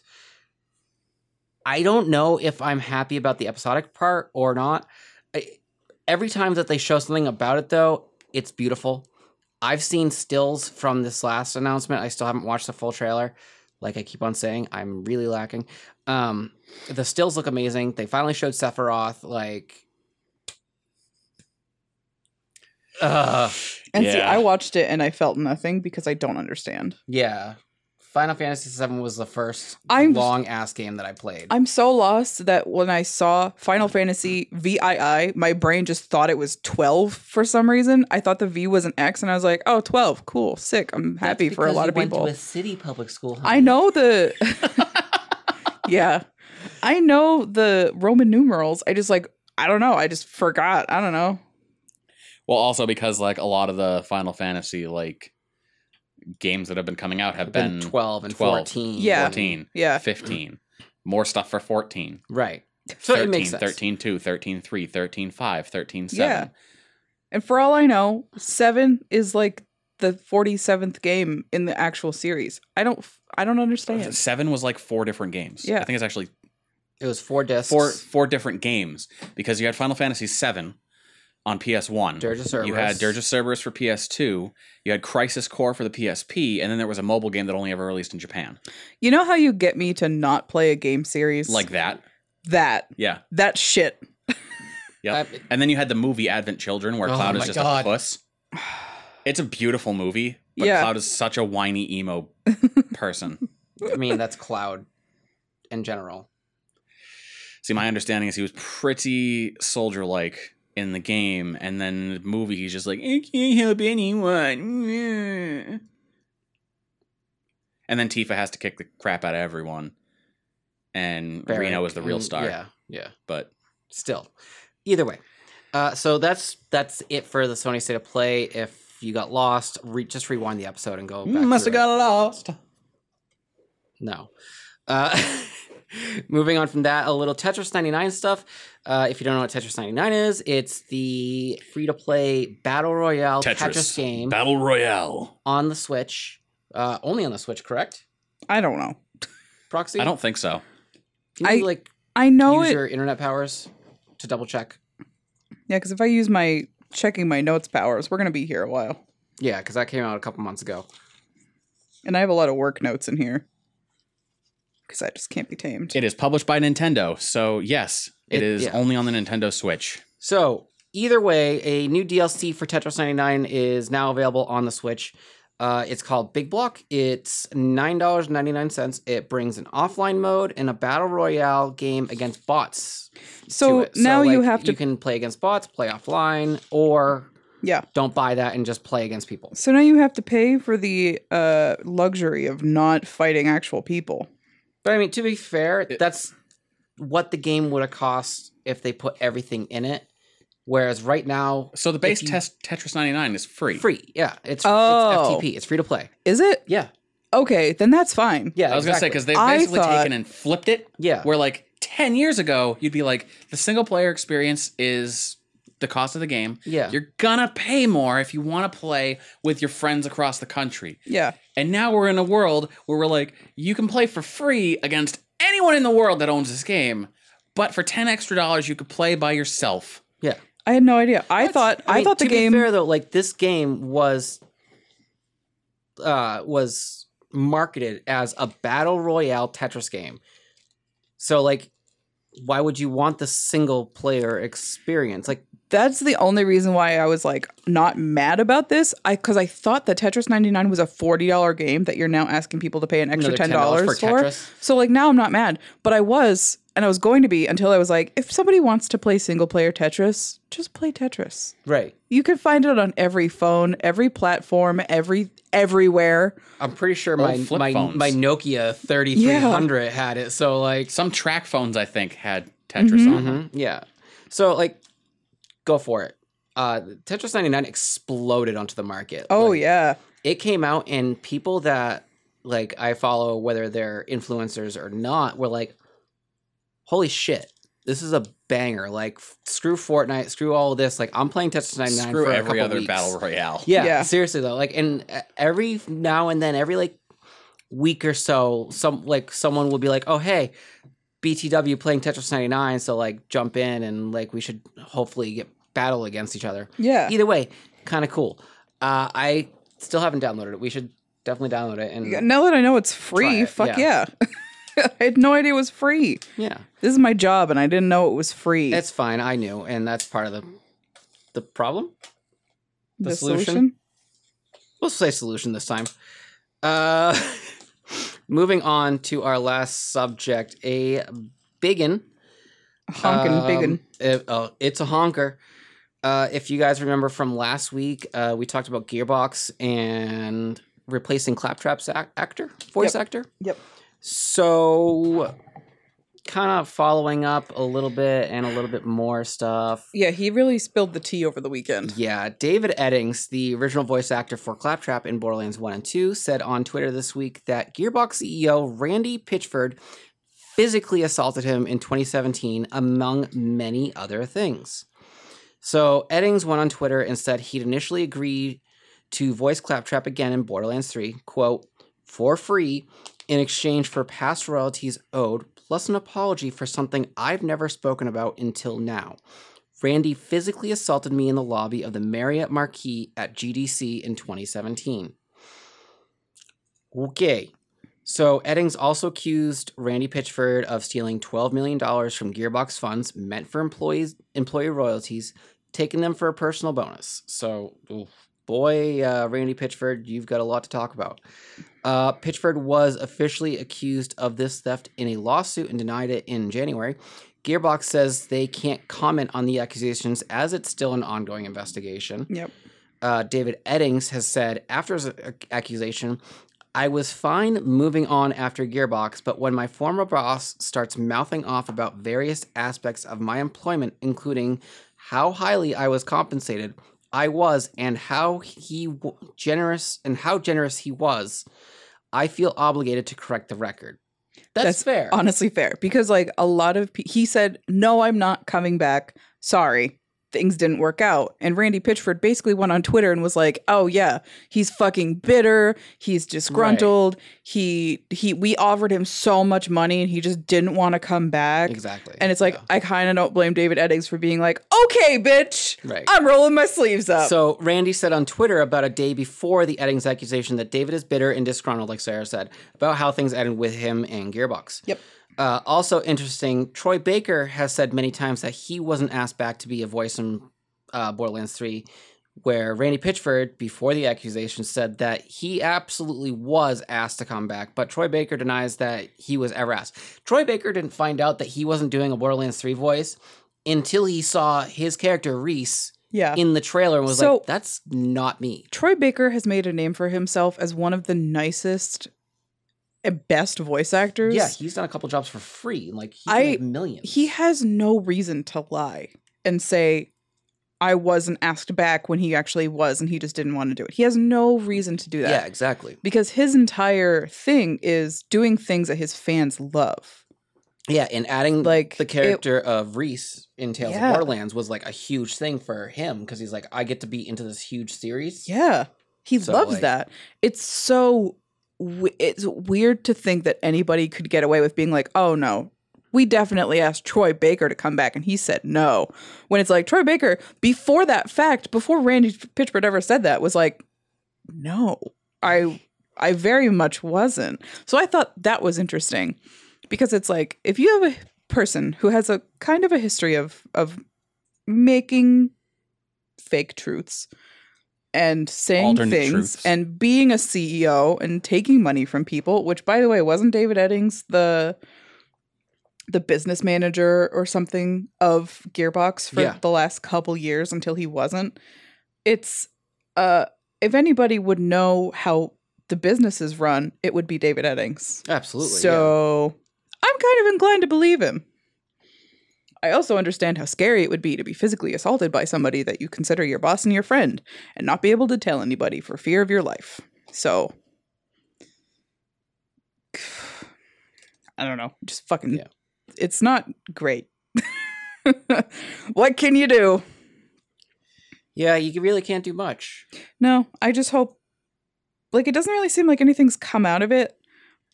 S2: I don't know if I'm happy about the episodic part or not. I, every time that they show something about it, though, it's beautiful. I've seen stills from this last announcement. I still haven't watched the full trailer like I keep on saying, I'm really lacking. Um, the stills look amazing. They finally showed Sephiroth. Like, Ugh,
S3: And see,
S1: Yeah.
S3: I watched it and I felt nothing because I don't understand.
S2: yeah, Final Fantasy VII was the first
S3: I'm-
S2: long ass game that I played.
S3: I'm so lost that when I saw Final Fantasy VII, my brain just thought it was 12 for some reason. I thought the V was an X, and I was like, oh, 12, cool, sick. I'm
S2: That's
S3: happy for a
S2: because
S3: lot
S2: you
S3: of
S2: went to
S3: people.
S2: a city public school.
S3: I
S2: honey.
S3: know
S2: *laughs*
S3: the. *laughs* yeah. I know the Roman numerals. I just like, I don't know. I just forgot. I don't know.
S1: Well, also because like a lot of the Final Fantasy like games that have been coming out have been,
S2: been 12 and
S1: 12,
S2: 14.
S3: Yeah.
S1: 14,
S3: Yeah.
S1: 15. More stuff for 14.
S2: Right. So
S1: 13,
S2: it makes sense.
S1: 13 2, 13 3, 13 5, 13 7.
S3: Yeah. And for all I know, seven is like the 47th game in the actual series. I don't, I don't understand.
S1: Seven was like four different games.
S3: Yeah.
S1: I think it's actually
S2: It was four discs.
S1: four four different games because you had Final Fantasy seven on PS one.
S2: Dirge of Cerberus.
S1: You had Dirge of Cerberus for PS two. You had Crisis Core for the PSP, and then there was a mobile game that only ever released in Japan.
S3: You know how you get me to not play a game series?
S1: Like that.
S3: that.
S1: Yeah.
S3: That shit.
S1: Yep.
S2: That-
S1: And then you had the movie Advent Children where
S2: Oh
S1: Cloud is
S2: my
S1: just
S2: God.
S1: a puss. *sighs* It's a beautiful movie, but
S3: Yeah.
S1: Cloud is such a whiny emo person.
S2: I mean, that's Cloud in general.
S1: See, my understanding is he was pretty soldier like in the game, and then in the movie he's just like, I can't help anyone. *sighs* And then Tifa has to kick the crap out of everyone. And
S2: Barry.
S1: Reno is the real
S2: Mm,
S1: star.
S2: Yeah. Yeah.
S1: But
S2: Still. Either way. Uh, so that's that's it for the Sony State of Play. If you got lost, re- just rewind the episode and go back.
S1: Mm, must have
S2: through it.
S1: got lost.
S2: No. Uh, *laughs* moving on from that, a little Tetris 99 stuff. Uh, if you don't know what Tetris 99 is, it's the free to play battle royale Tetris, game
S1: Battle Royale.
S2: on the Switch. Uh, only on the Switch, correct?
S3: I don't know.
S2: Proxy.
S1: I don't think so.
S2: Can you
S3: I
S2: like
S3: I know
S2: use
S3: it.
S2: your internet powers to double check?
S3: Yeah, because if I use my checking my notes powers, we're gonna be here a while,
S2: Yeah, because that came out a couple months ago.
S3: and I have a lot of work notes in here because I just can't be tamed.
S1: It is published by Nintendo, so yes,
S2: It-
S1: it is
S2: yeah.
S1: only on the Nintendo Switch.
S2: So either way, a new DLC for Tetris 99 is now available on the Switch. Uh, it's called Big Block. It's nine dollars ninety nine cents. It brings an offline mode and a battle royale game against bots.
S3: so
S2: to it.
S3: now you
S2: like,
S3: have to.
S2: You can play against bots, play offline, or
S3: yeah.
S2: don't buy that and just play against people.
S3: So now you have to pay for the uh, luxury of not fighting actual people.
S2: But I mean, to be fair, that's what the game would have cost if they put everything in it. Whereas right now,
S1: So the base
S2: you-
S1: test Tetris 99 is free.
S2: free. Yeah, it's,
S3: Oh.
S2: it's FTP. It's free to play.
S3: Is it
S2: Yeah,
S3: okay? Then that's fine.
S2: yeah.
S1: I was
S2: exactly.
S1: gonna say because they've
S3: I
S1: basically
S3: thought-
S1: taken and flipped it.
S2: Yeah.
S1: Where like ten years ago, you'd be like, the single player experience is the cost of the game.
S2: Yeah.
S1: You're gonna pay more if you want to play with your friends across the country.
S3: Yeah.
S1: And now we're in a world where we're like, you can play for free against anyone in the world that owns this game, but for ten extra dollars, you could play by yourself.
S2: yeah.
S3: I had no idea. I thought I,
S2: mean,
S3: thought the
S2: to
S3: game.
S2: Be fair though, like this game was, uh, was marketed as a battle royale Tetris game. So like, why would you want the single player experience? Like,
S3: that's the only reason why I was like not mad about this. I because I thought that Tetris 99 was a forty dollar game that you're now asking people to pay an extra
S2: Another
S3: ten
S2: $10
S3: dollars
S2: for
S3: for.
S2: Tetris.
S3: So like now I'm not mad, but I was and I was going to be until I was like, if somebody wants to play single player Tetris, just play Tetris.
S2: right?
S3: You can find it on every phone, every platform, every everywhere.
S2: I'm pretty sure my
S1: Old flip
S2: my
S1: phones.
S2: my Nokia 3300 had it. So like,
S1: Some track phones, I think, had Tetris on them.
S2: Mhm, yeah. So like, go for it. Uh, Tetris 99 exploded onto the market.
S3: Oh
S2: Like,
S3: yeah,
S2: it came out and people that like I follow, whether they're influencers or not, were like, "Holy shit, this is a banger!" Like, f- screw Fortnite, screw all of this. Like, I'm playing Tetris 99
S1: Screw
S2: for a
S1: every
S2: couple
S1: other
S2: weeks.
S1: battle royale.
S2: Yeah,
S3: Yeah.
S2: seriously though, like, and uh, every now and then, every like week or so, some like someone will be like, "Oh hey." BTW playing Tetris 99, so like jump in and like we should hopefully get battle against each other
S3: yeah.
S2: either way, kind of cool. Uh, I still haven't downloaded it. We should definitely download it. And
S3: Yeah,
S2: yeah,
S3: Now that I know it's free,
S2: it,
S3: fuck yeah. *laughs* I had no idea it was free. This is my job, and I didn't know it was free.
S2: it's fine. I knew, and that's part of the the problem. the solution? We'll say solution this time. Uh, *laughs* Moving on to our last subject, a biggin.
S3: Honking
S2: Um,
S3: biggin.
S2: it- oh, it's a honker. Uh, if you guys remember from last week, uh, we talked about Gearbox and replacing Claptrap's ac- actor, voice actor.
S3: Yep.
S2: So, kind of following up a little bit and a little bit more stuff.
S3: Yeah, he really spilled the tea over the weekend.
S2: Yeah, David Eddings, the original voice actor for Claptrap in Borderlands 1 and 2, said on Twitter this week that Gearbox CEO Randy Pitchford physically assaulted him in 2017, among many other things. So Eddings went on Twitter and said he'd initially agreed to voice Claptrap again in Borderlands 3, quote, for free in exchange for past royalties owed, plus an apology for something I've never spoken about until now. Randy physically assaulted me in the lobby of the Marriott Marquis at GDC in 2017. Okay. So Eddings also accused Randy Pitchford of stealing $12 million from Gearbox funds meant for employees employee royalties, taking them for a personal bonus. So oof, boy, uh, Randy Pitchford, you've got a lot to talk about. Uh, Pitchford was officially accused of this theft in a lawsuit and denied it in January. Gearbox says they can't comment on the accusations as it's still an ongoing investigation.
S3: Yep.
S2: Uh, David Eddings has said after his ac- accusation, I was fine moving on after Gearbox, but when my former boss starts mouthing off about various aspects of my employment, including how highly I was compensated, I was, and how he w- generous and how generous he was, I feel obligated to correct the record. That's,
S3: That's
S2: fair.
S3: Honestly, fair because like a lot of pe- he said, "No, I'm not coming back. Sorry, things didn't work out." And Randy Pitchford basically went on Twitter and was like, "Oh yeah, he's fucking bitter. He's disgruntled. He he. We offered him so much money, and he just didn't want to come back."
S2: exactly.
S3: And it's like
S2: Yeah.
S3: I kind of don't blame David Eddings for being like, "Okay, bitch,
S2: right.
S3: I'm rolling my sleeves up."
S2: So Randy said on Twitter about a day before the Eddings accusation that David is bitter and disgruntled, like Sarah said, about how things ended with him and Gearbox.
S3: Yep.
S2: Uh, also interesting, Troy Baker has said many times that he wasn't asked back to be a voice in uh, Borderlands 3, where Randy Pitchford, before the accusation, said that he absolutely was asked to come back, but Troy Baker denies that he was ever asked. Troy Baker didn't find out that he wasn't doing a Borderlands 3 voice until he saw his character Reese
S3: yeah.
S2: in the trailer and was
S3: So-
S2: like, that's not me.
S3: Troy Baker has made a name for himself as one of the nicest and best voice actors.
S2: Yeah, he's done a couple jobs for free. Like he can
S3: I-
S2: make millions.
S3: he has no reason to lie and say I wasn't asked back when he actually was and he just didn't want to do it. He has no reason to do that.
S2: Yeah, exactly.
S3: Because his entire thing is doing things that his fans love.
S2: Yeah, and adding
S3: Like,
S2: like the character of Reese in Tales
S3: Yeah.
S2: of Borderlands was like a huge thing for him because he's like, I get to be into this huge series.
S3: Yeah. He
S2: So,
S3: loves
S2: like-
S3: that. It's so w- it's weird to think that anybody could get away with being like, "Oh no, we definitely asked Troy Baker to come back and he said no." When it's like Troy Baker before that fact, before Randy Pitchford ever said that was like, "No. I I very much wasn't." So I thought that was interesting because it's like if you have a person who has a kind of a history of of making fake truths and saying
S1: Alternate
S3: things
S1: truths.
S3: and being a CEO and taking money from people, which by the way wasn't David Eddings the the business manager or something of Gearbox for
S2: Yeah.
S3: the last couple years until he wasn't. It's uh if anybody would know how the business is run, it would be David Eddings.
S2: Absolutely. yeah.
S3: So I'm kind of inclined to believe him. I also understand how scary it would be to be physically assaulted by somebody that you consider your boss and your friend and not be able to tell anybody for fear of your life. So *sighs* I don't know. Just fucking
S2: Yeah.
S3: it's not great. *laughs* what can you do?
S2: yeah, you really can't do much.
S3: No, I just hope like it doesn't really seem like anything's come out of it,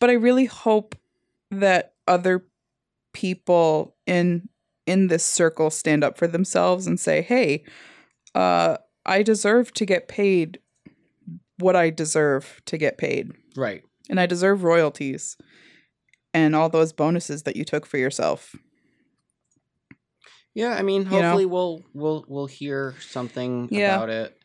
S3: but I really hope that other people in in this circle stand up for themselves and say, "Hey, uh I deserve to get paid what I deserve to get paid,
S2: Right.
S3: and I deserve royalties and all those bonuses that you took for yourself."
S2: Yeah, I mean,
S3: You know?
S2: hopefully we'll we'll we'll hear something
S3: Yeah.
S2: about it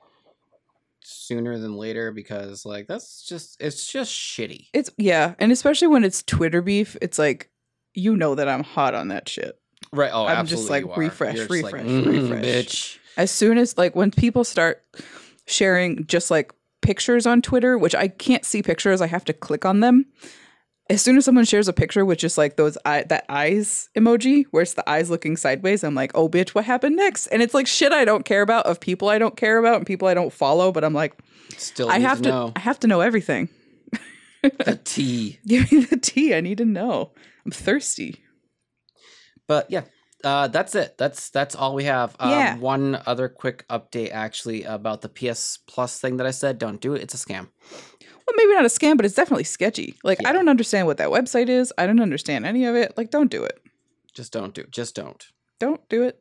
S2: sooner than later because like that's just it's just shitty.
S3: It's yeah, and especially when it's Twitter beef, it's like you know that I'm hot on that shit.
S2: Right. Oh,
S3: I'm just,
S2: absolutely
S3: like,
S2: you are.
S3: refresh,
S2: You're just like,
S3: refresh,
S2: "Mm,
S3: refresh."
S2: Bitch.
S3: As soon as like when people start sharing just like pictures on Twitter, which I can't see pictures, I have to click on them. As soon as someone shares a picture with just like those eye that eyes emoji, where it's the eyes looking sideways, I'm like, oh bitch, what happened next? And it's like shit I don't care about of people I don't care about and people I don't follow, but I'm like,
S2: Still,
S3: I have to, *laughs*
S2: know
S3: I have to know everything.
S2: the tea.
S3: Give me the tea. I need to know. I'm thirsty.
S2: But yeah, uh, that's it. That's that's all we have. Um,
S3: Yeah.
S2: One other quick update, actually, about the PS Plus thing that I said. Don't do it. It's a scam.
S3: Well, maybe not a scam, but it's definitely sketchy. Like
S2: Yeah.
S3: I don't understand what that website is. I don't understand any of it. Like don't do it.
S2: Just don't do. Just don't.
S3: Don't do it.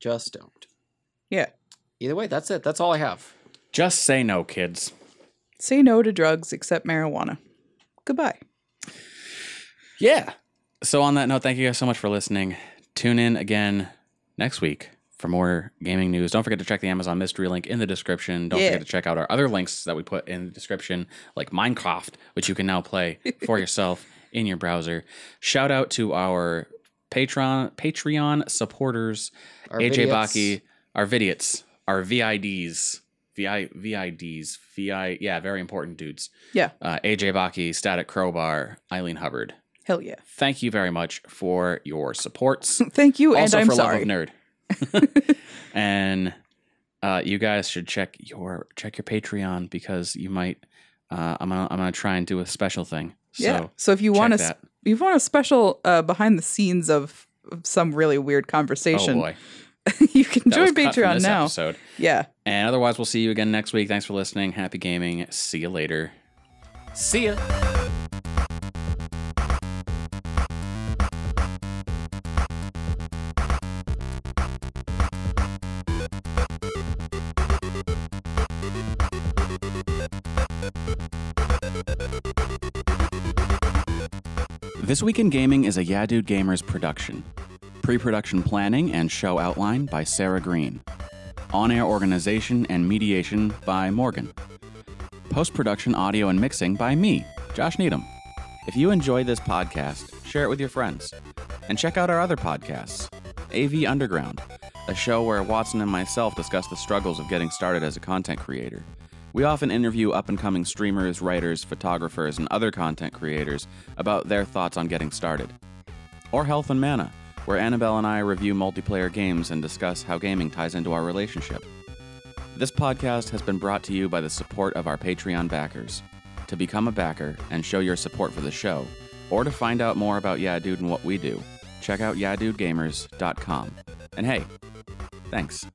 S2: Just don't.
S3: Yeah.
S2: Either way, that's it. That's all I have.
S1: Just say no, kids.
S3: Say no to drugs except marijuana. Goodbye.
S1: Yeah. So on that note, thank you guys so much for listening. Tune in again next week for more gaming news. Don't forget to check the Amazon mystery link in the description. Don't
S3: Yeah.
S1: forget to check out our other links that we put in the description, like Minecraft, which you can now *laughs* play for yourself in your browser. Shout out to our Patreon Patreon supporters,
S2: Our
S1: AJ
S2: videos-
S1: Baki, our vidiots, our VIDs, VI, VIDs, VI, yeah, very important dudes.
S3: Yeah.
S1: Uh, AJ Baki, Static Crowbar, Eileen Hubbard
S3: Hell yeah.
S1: thank you very much for your supports.
S3: Thank you,
S1: also
S3: *laughs* and I'm
S1: for
S3: sorry.
S1: love of
S3: *laughs*
S1: nerd. *laughs* and uh, you guys should check your check your Patreon because you might. Uh, I'm gonna I'm gonna try and do a special thing. So
S3: yeah. So if you
S1: check
S3: want a
S1: that.
S3: sp- you want a special uh, behind the scenes of of some really weird
S1: Oh
S3: conversation,
S1: boy,
S3: *laughs* you can
S1: That was
S3: join
S1: cut from
S3: Patreon
S1: this
S3: now.
S1: Episode.
S3: Yeah.
S1: And otherwise, we'll see you again next week. Thanks for listening. Happy gaming. See you later.
S2: See ya.
S1: This Week in Gaming is a Yeah Dude Gamers production. Pre production planning and show outline by Sarah Green. On air organization and mediation by Morgan. Post production audio and mixing by me, Josh Needham. If you enjoyed this podcast, share it with your friends. And check out our other podcasts AV Underground, a show where Watson and myself discuss the struggles of getting started as a content creator. We often interview up and coming streamers, writers, photographers, and other content creators about their thoughts on getting started. Or Health and Mana, where Annabelle and I review multiplayer games and discuss how gaming ties into our relationship. This podcast has been brought to you by the support of our Patreon backers. To become a backer and show your support for the show, or to find out more about Yeah Dude and what we do, check out YaDudeGamers.com. And hey, thanks.